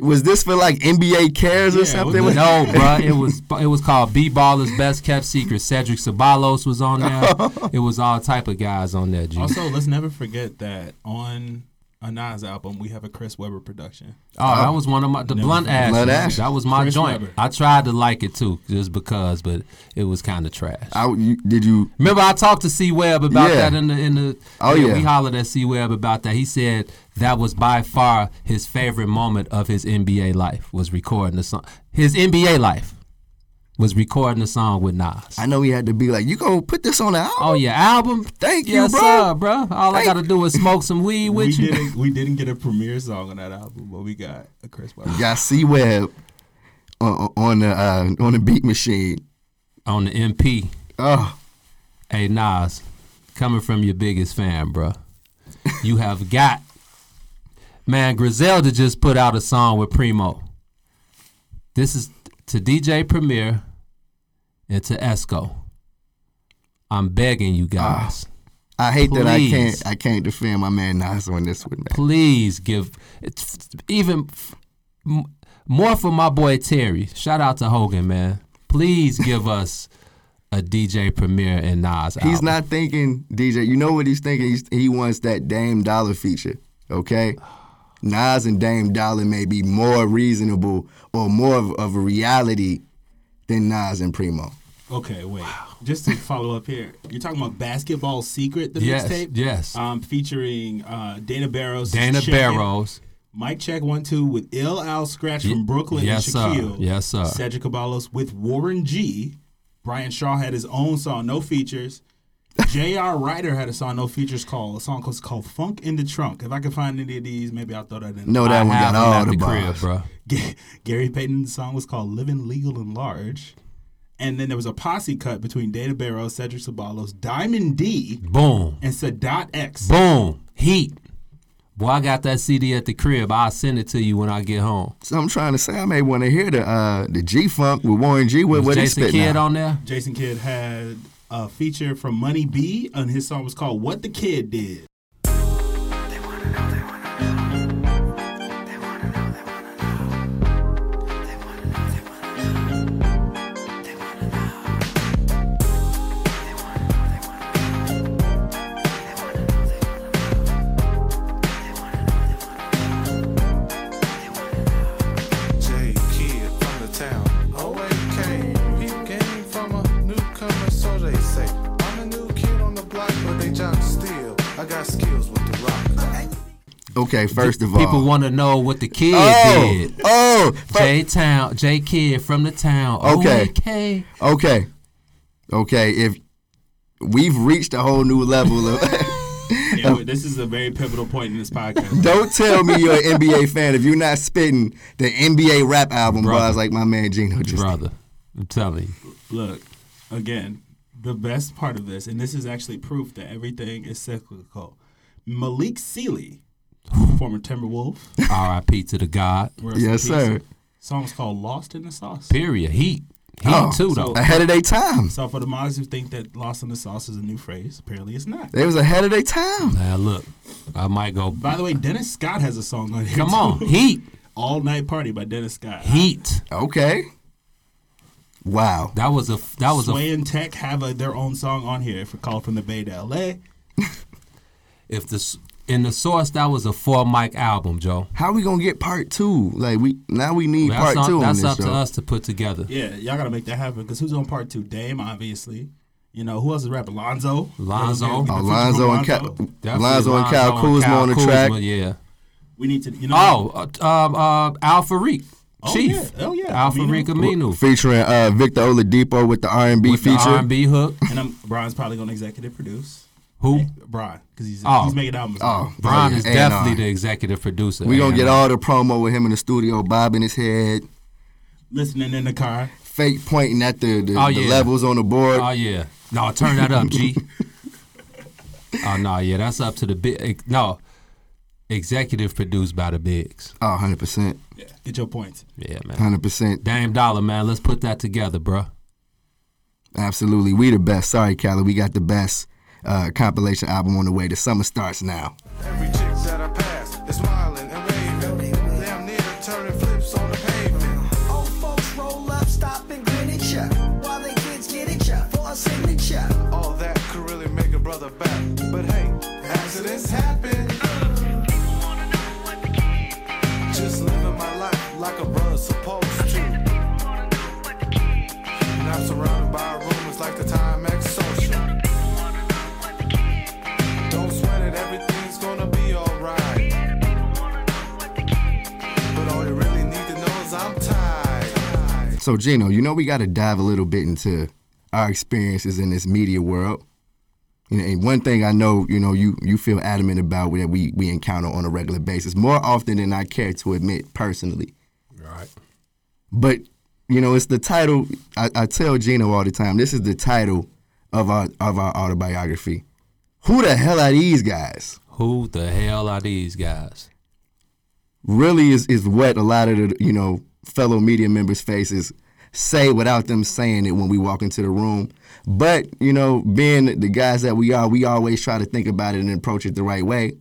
I: Was this for like NBA cares or
K: Yeah,
I: something?
K: what
J: No, bruh. It was it was called B Baller's Best Kept Secret. Cedric Sabalos was on there. it was all type of guys on there. G.
K: Also, let's never forget that on a Nas album, we have a Chris Webber production.
J: Oh, that was one of my the blunt ash.
I: uh, Blunt Ash.
J: That was my
K: Chris
J: joint.
K: Webber.
J: I tried to like it too, just because, but it was kind of trash.
I: I, you, did you?
J: Remember, I talked to C Web about
I: Yeah.
J: that in the in the.
I: Oh, yeah.
J: we hollered at C Web about that. He said that was by far his favorite moment of his NBA life was recording the song. His NBA life was recording the song with Nas.
I: I know he had to be like, you go put this on the album.
J: oh yeah, album.
I: Thank you,
J: yes,
I: bro.
J: sir, bro. All I
I: Thank-
J: gotta do is smoke some weed
K: We
J: with you.
K: didn't, we didn't get a premiere song on that album, but we got a Chris Webber.
I: Got C Web on, on the uh, on the beat machine.
J: On the MP,
I: Oh,
J: hey Nas, coming from your biggest fan, bro. You have got man Griselda just put out a song with Primo. This is to DJ Premier and to Esco. I'm begging you guys.
I: I hate that I
J: Please.
I: can't I can't defend my man Nas on this one, man.
J: please give it's even f- m- more for my boy Terry. Shout out to Hogan, man. Please give us a DJ Premier and Nas.
I: He's
J: album.
I: not thinking DJ. You know what he's thinking? He's, he wants that Dame Dollar feature. Okay, Nas and Dame Dollar may be more reasonable or more of, of a reality than Nas and Primo.
K: Okay, wait. Just to follow up here, you're talking about Basketball Secret, the
J: Yes,
K: mixtape?
J: yes.
K: Um, featuring uh, Dana Barrows.
J: Dana
K: Check It,
J: Barrows.
K: Mike Check 1 2 with Ill Al Scratch
J: Ye-
K: from Brooklyn
J: yes,
K: and
J: sir.
K: Shaquille.
J: Yes, sir.
K: Cedric Caballos with Warren G. Brian Shaw had his own song, no features. J.R. Ryder had a song, no features, called a song called, called "Funk in the Trunk." If I can find any of these, maybe I'll throw that in.
I: No, that
J: I
I: one
J: have
I: got
J: him
I: all
J: at
I: the,
J: the crib,
I: bars.
J: bro.
K: G- Gary Payton's song was called Living Legal and Large. And then there was a posse cut between Data Barrow, Cedric Sabalos, Diamond D,
J: Boom,
K: and Sadat X.
J: boom, heat. Boy, I got that CD at the crib. I'll send it to you when I get home.
I: So I'm trying to say I may want to hear the uh, the G Funk with Warren G. What
J: Was
I: what he
J: Jason
I: spitting
J: Kidd
I: out?
J: on there?
K: Jason Kidd had a feature from Money B, and his song was called What the Kid Did.
A: J kid from the town. Always came. He came from a newcomer, so they say. I'm a new kid on the block, but they jock still. I got skills with the rock.
I: Okay, first of all,
J: People want to know what the kid
I: oh
J: did.
I: oh fir-
J: J Town, J Kid from the town.
I: Okay.
J: OAK.
I: Okay. Okay, if we've reached a whole new level of
K: Yeah, wait, this is a very pivotal point in this podcast.
I: Don't tell me you're an NBA fan if you're not spitting the NBA rap album bars like my man Gino just
J: Brother, I'm telling you.
K: Look, again, the best part of this, and this is actually proof that everything is cyclical. Malik Seeley, former Timberwolf.
J: R.I.P. to the God.
K: rest in
I: Yes,
K: peace,
I: sir.
K: Song was called Lost in the Sauce.
J: Period. Heat. Heat
I: Oh,
J: too,
K: so-
J: though.
I: ahead of their time.
K: So for the mods who think that Lost in the Sauce is a new phrase, apparently it's not.
I: They was ahead of their time.
J: Now, look, I might go.
K: By the way, Dennis Scott has a song on here.
J: Come
K: too.
J: on. Heat.
K: All Night Party by Dennis Scott.
J: Heat.
I: Okay. Wow.
J: That was a. That was
K: Sway
J: a.
K: and Tech have a, their own song on here for Call from the Bay to LA.
J: If the s- in the source, that was a four mic album, Joe.
I: How we gonna get part two? Like we now we need
J: That's,
I: part
J: up,
I: two
J: that's
I: on
J: up
I: this
J: to
I: show.
J: us to put together.
K: Yeah, y'all gotta make that happen because who's on part two? Dame, obviously. You know, who else is rapping? Lonzo.
J: Lonzo.
K: We need to feature
I: Alonzo Oh, and Cal,
K: Lonzo.
J: Definitely
I: Alonzo and Kyle Kuzma on the
J: Kuzma,
I: track.
J: Yeah.
K: We need to, you know.
J: Oh, uh, um, uh, Al Farouk.
K: Oh,
J: Chief.
K: yeah. Oh, yeah.
J: Al
K: Aminu.
J: Farouk Aminu.
I: Featuring uh, Victor Oladipo with the R and B
J: With the
I: feature.
J: R&B hook.
K: And I'm, Brian's probably gonna executive produce.
J: Who?
K: Brian, because he's,
J: Oh.
K: he's making albums.
I: Oh,
J: Brian is
I: yeah, A&R.
J: definitely the executive producer.
I: We gonna get
J: A&R.
I: all the promo with him in the studio, bobbing his head,
K: Listening in the car.
I: fake pointing at the, the,
J: Oh,
I: the
J: yeah.
I: levels on the board.
J: Oh yeah. No, turn that up, G. oh no, yeah, that's up to the big. No, executive produced by the bigs.
I: Oh, 100 percent,
K: Yeah. Get your points.
J: Yeah, man.
I: hundred percent,
J: Dame Dollar, man. Let's put that together, bruh.
I: absolutely. We the best. Sorry, Cali, we got the best uh, compilation album on the way. The summer starts now.
A: Every chick that I pass is smiling and waving. Damn near turning flips on the pavement.
D: Old folks roll up, stop and grin at ya. While they kids get at ya for a signature.
A: All that could really make a brother back. But hey, accidents happen. Just living my life like a brother supposed to. And I'm surrounded by rumors like the Timex social. Don't sweat it, everything's gonna be alright. But all you really need to know is I'm tired.
I: So, Gino, you know we got to dive a little bit into our experiences in this media world. You know, and one thing I know, you know, you you feel adamant about that we we encounter on a regular basis more often than I care to admit personally.
J: Right.
I: But you know, it's the title. I, I tell Gino all the time. This is the title of our of our autobiography. Who the hell are these guys?
J: Who the hell are these guys?
I: Really is is what a lot of the you know fellow media members faces say without them saying it when we walk into the room. But, you know, being the guys that we are, we always try to think about it and approach it the right way.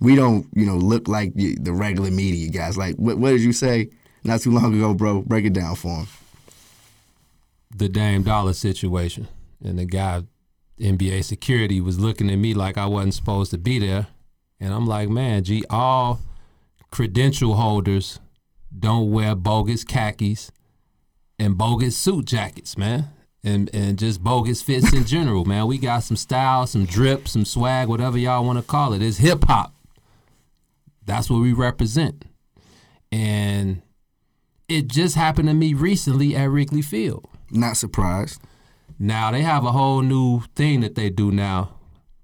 I: We don't, you know, look like the the regular media guys. Like, what, what did you say not too long ago, bro? Break it down for them.
J: the Dame Dollar situation, and the guy, NBA security, was looking at me like I wasn't supposed to be there, and I'm like, man, gee, all credential holders don't wear bogus khakis and bogus suit jackets, man, and and just bogus fits in general, man. We got some style, some drip, some swag, whatever y'all want to call it. It's hip hop. That's what we represent, and it just happened to me recently at Wrigley Field.
I: Not surprised.
J: Now they have a whole new thing that they do now,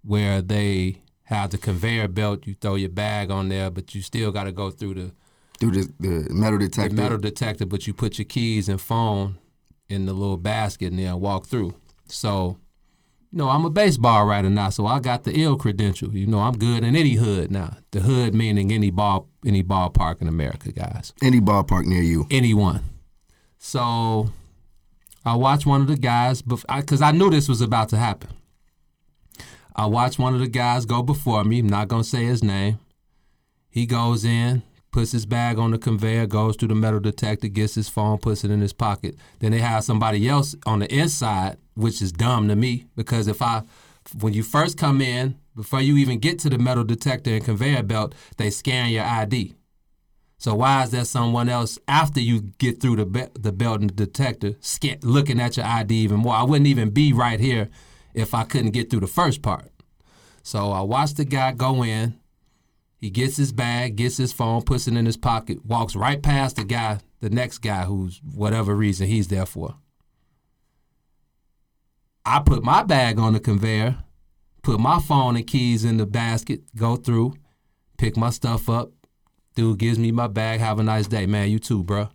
J: where they have the conveyor belt. You throw your bag on there, but you still got to go through the
I: Through the, the metal detector.
J: the metal detector, but you put your keys and phone in the little basket and then walk through. So, you know, I'm a baseball writer now, so I got the ill credential. You know, I'm good in any hood now. The hood meaning any ball, any ballpark in America, guys.
I: Any ballpark near you.
J: Anyone. So, I watched one of the guys because I, knew this was about to happen. I watched one of the guys go before me. I'm not gonna say his name. He goes in, puts his bag on the conveyor, goes through the metal detector, gets his phone, puts it in his pocket. Then they have somebody else on the inside, which is dumb to me because if I, when you first come in, before you even get to the metal detector and conveyor belt, they scan your ID. So why is there someone else after you get through the be- the belt and detector sca- looking at your ID even more? I wouldn't even be right here if I couldn't get through the first part. So I watched the guy go in. He gets his bag, gets his phone, puts it in his pocket, walks right past the guy, the next guy who's whatever reason he's there for. I put my bag on the conveyor, put my phone and keys in the basket, go through, pick my stuff up. Dude gives me my bag. Have a nice day, man. You too, bruh.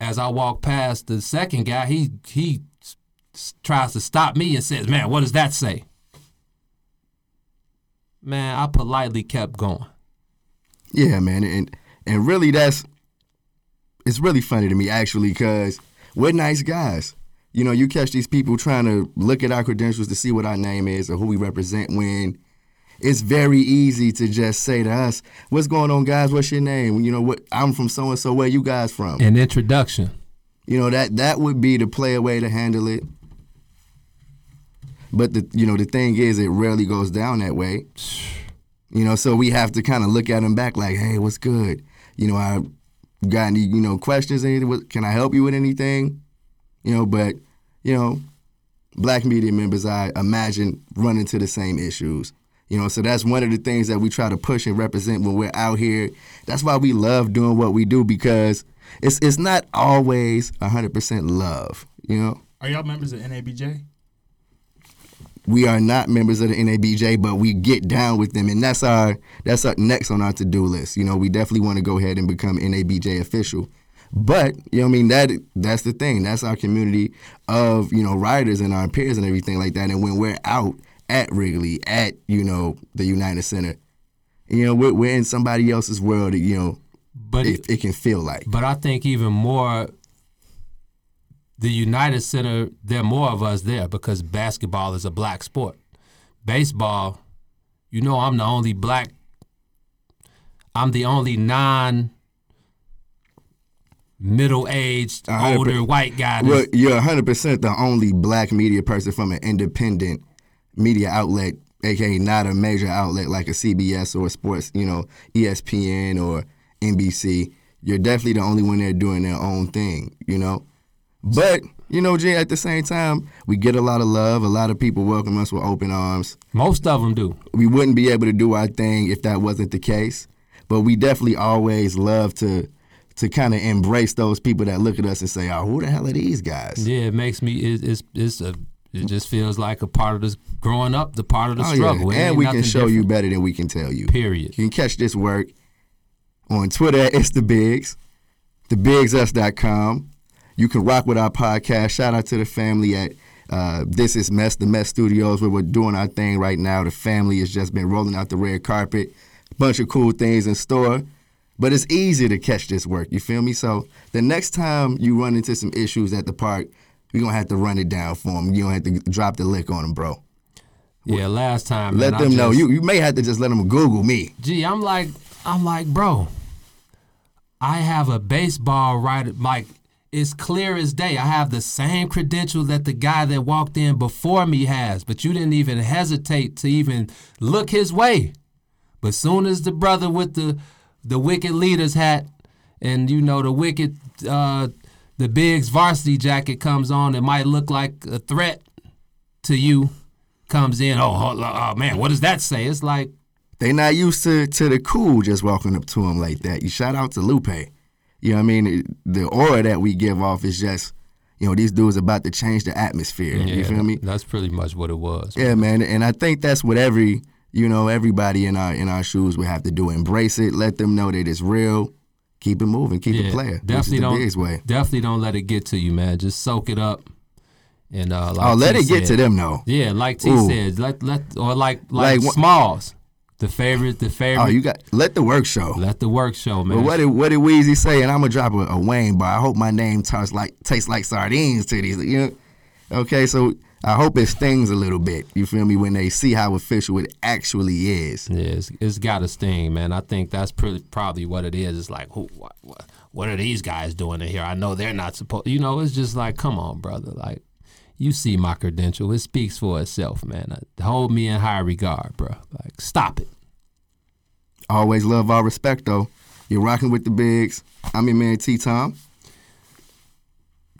J: As I walk past the second guy, he he s- s- tries to stop me and says, "Man, what does that say?" Man, I politely kept going.
I: Yeah, man, and and really, that's it's really funny to me actually, because we're nice guys. You know, you catch these people trying to look at our credentials to see what our name is or who we represent. When it's very easy to just say to us, "What's going on, guys? What's your name? You know, what I'm from so and so. Where you guys from?"
J: An introduction.
I: You know that that would be the player way to handle it. But the you know the thing is, it rarely goes down that way. You know, so we have to kind of look at them back like, hey, what's good? You know, I got any you know questions? Anything? What- Can I help you with anything? You know, but you know, black media members, I imagine, run into the same issues. You know, so that's one of the things that we try to push and represent when we're out here. That's why we love doing what we do because it's it's not always 100% love. You know,
K: Are y'all members of NABJ?
I: we are not members of the NABJ, but we get down with them, and that's our that's our next on our to do list. You know, we definitely want to go ahead and become NABJ official. But you know, what I mean that that's the thing. That's our community of you know riders and our peers and everything like that. And when we're out at Wrigley, at you know the United Center, you know we're, we're in somebody else's world. That, you know,
J: but
I: it, it can feel like.
J: But I think even more, the United Center, there are more of us there because basketball is a black sport. Baseball, you know, I'm the only black, I'm the only non middle aged,
I: A hundred per-
J: older white guy.
I: Well,
J: that's-
I: you're 100 percent the only black media person from an independent media outlet, aka not a major outlet like a CBS or a sports, you know, E ESPN or NBC. You're definitely the only one there doing their own thing, you know. But you know, Jay, at the same time, we get a lot of love. A lot of people welcome us with open arms.
J: Most of them do.
I: We wouldn't be able to do our thing if that wasn't the case. But we definitely always love to to kind of embrace those people that look at us and say, "Oh, who the hell are these guys?"
J: Yeah, it makes me. It, it's it's a. It just feels like a part of this growing up, the part of the
I: Oh, yeah.
J: struggle. It ain't
I: And we can
J: nothing
I: show
J: different.
I: you better than we can tell you.
J: Period.
I: You can catch this work on Twitter at It's The Bigs, TheBigsUs.com. You can rock with our podcast. Shout out to the family at uh, This Is Mess, The Mess Studios, where we're doing our thing right now. The family has just been rolling out the red carpet. Bunch of cool things in store. But it's easy to catch this work, you feel me? So the next time you run into some issues at the park, you're gonna have to run it down for them. You're gonna have to drop the lick on them, bro.
J: Yeah, last time.
I: Let
J: man, I
I: them know.
J: just-
I: You, you may have to just let them Google me.
J: Gee, I'm like, I'm like, bro. I have a baseball right, like it's clear as day. I have the same credentials that the guy that walked in before me has, but you didn't even hesitate to even look his way. But soon as the brother with the the wicked leaders hat and you know the wicked uh, the Biggs varsity jacket comes on, it might look like a threat to you. Comes in, oh, oh, oh man, what does that say? It's like
I: They not used to to the cool just walking up to them like that. You shout out to Lupe. You know what I mean? It- The aura that we give off is just, you know, these dudes about to change the atmosphere. you
J: Yeah,
I: feel me?
J: That's pretty much what it was.
I: Yeah, man, and I think that's what every you know everybody in our in our shoes would have to do: embrace it, let them know that it's real, keep it moving, keep
J: Yeah,
I: it playing. which is
J: Definitely
I: the
J: don't.
I: biggest way.
J: Definitely don't let it get to you, man. Just soak it up. And uh, like
I: Oh, let
J: T
I: it get
J: said-
I: to them, though.
J: Yeah, like T
I: Ooh.
J: said, let let or like like,
I: Like wha-
J: Smalls, the favorite, the favorite.
I: Oh, you got let the work show.
J: Let the work show, man.
I: But what did what did Weezy say? And I'm gonna drop a, a Wayne bar. I hope my name tastes like tastes like sardines to these. You know? Okay, so I hope it stings a little bit. You feel me? When they see how official it actually is.
J: Yeah, it's, it's got a sting, man. I think that's pretty, probably what it is. It's like, who, what, what, what are these guys doing in here? I know they're not supposed. You know, it's just like, come on, brother. Like, you see my credential. It speaks for itself, man. Uh, Hold me in high regard, bro. Like, stop it.
I: Always love, all respect, though. You're rocking with the bigs. I'm your man T Tom.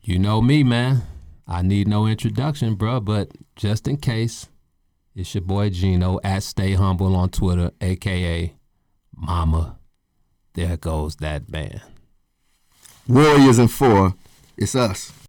J: You know me, man. I need no introduction, bro. But just in case, it's your boy Gino at Stay Humble on Twitter, aka Mama. There goes that man.
I: Warriors and four. It's us.
A: uh,